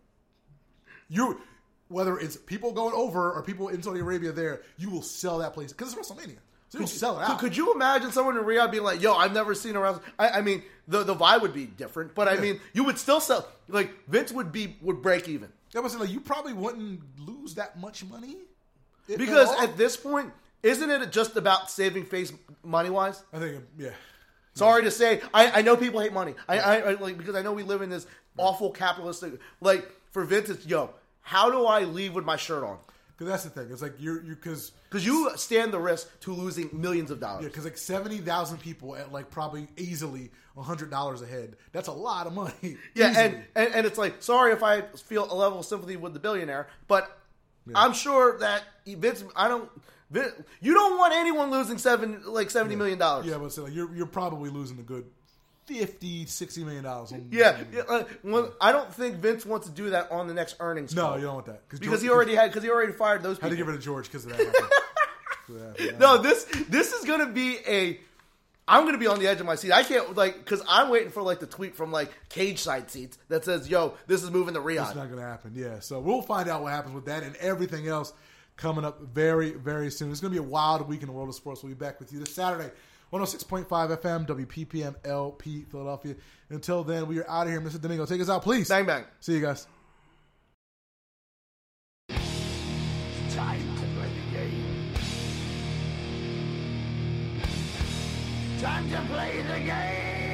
S1: You, whether it's people going over or people in Saudi Arabia there, you will sell that place because it's WrestleMania. So you'll sell it
S2: Could,
S1: out.
S2: could you imagine someone in Riyadh being like, "Yo, I've never seen a wrestling." I, I mean, the the vibe would be different, but I mean, you would still sell. Like Vince would be would break even
S1: that was like you probably wouldn't lose that much money if at
S2: because
S1: all.
S2: at this point, isn't it just about saving face money wise?
S1: I think yeah,
S2: Sorry to say, I, I know people hate money. I, I, I like because I know we live in this awful capitalistic. Like for Vince, it's yo, how do I leave with my shirt on?
S1: because that's the thing. It's like you're you because.
S2: Because you stand the risk to losing millions of dollars.
S1: Yeah, because like seventy thousand people at like probably easily hundred dollars a head. That's a lot of money.
S2: Yeah,
S1: Easily.
S2: and, and and it's like sorry if I feel a level of sympathy with the billionaire, but I'm sure that Vince, I don't. Vin, you don't want anyone losing seven like seventy million dollars.
S1: Yeah, but so like you're you're probably losing a good 50, 60 million dollars. on-
S2: yeah. yeah, uh, well, I don't think Vince wants to do that on the next earnings.
S1: No,
S2: call.
S1: you don't want that
S2: because
S1: George-
S2: he already had because he already fired those
S1: had to
S2: people.
S1: get rid of George because of that. happened. 'Cause of that happened.
S2: no, this this is gonna be a. I'm gonna be on the edge of my seat. I can't like because I'm waiting for like the tweet from like cage side seats that says, "Yo, this is moving to Riyadh."
S1: It's not going to happen. Yeah. So we'll find out what happens with that and everything else coming up very, very soon. It's going to be a wild week in the world of sports. We'll be back with you this Saturday, 106.5 FM, WPPM, LP, Philadelphia. Until then, we are out of here. Mr. Domingo, take us out, please.
S2: Bang bang.
S1: See you guys.
S3: Time to play the game. Time to play the game.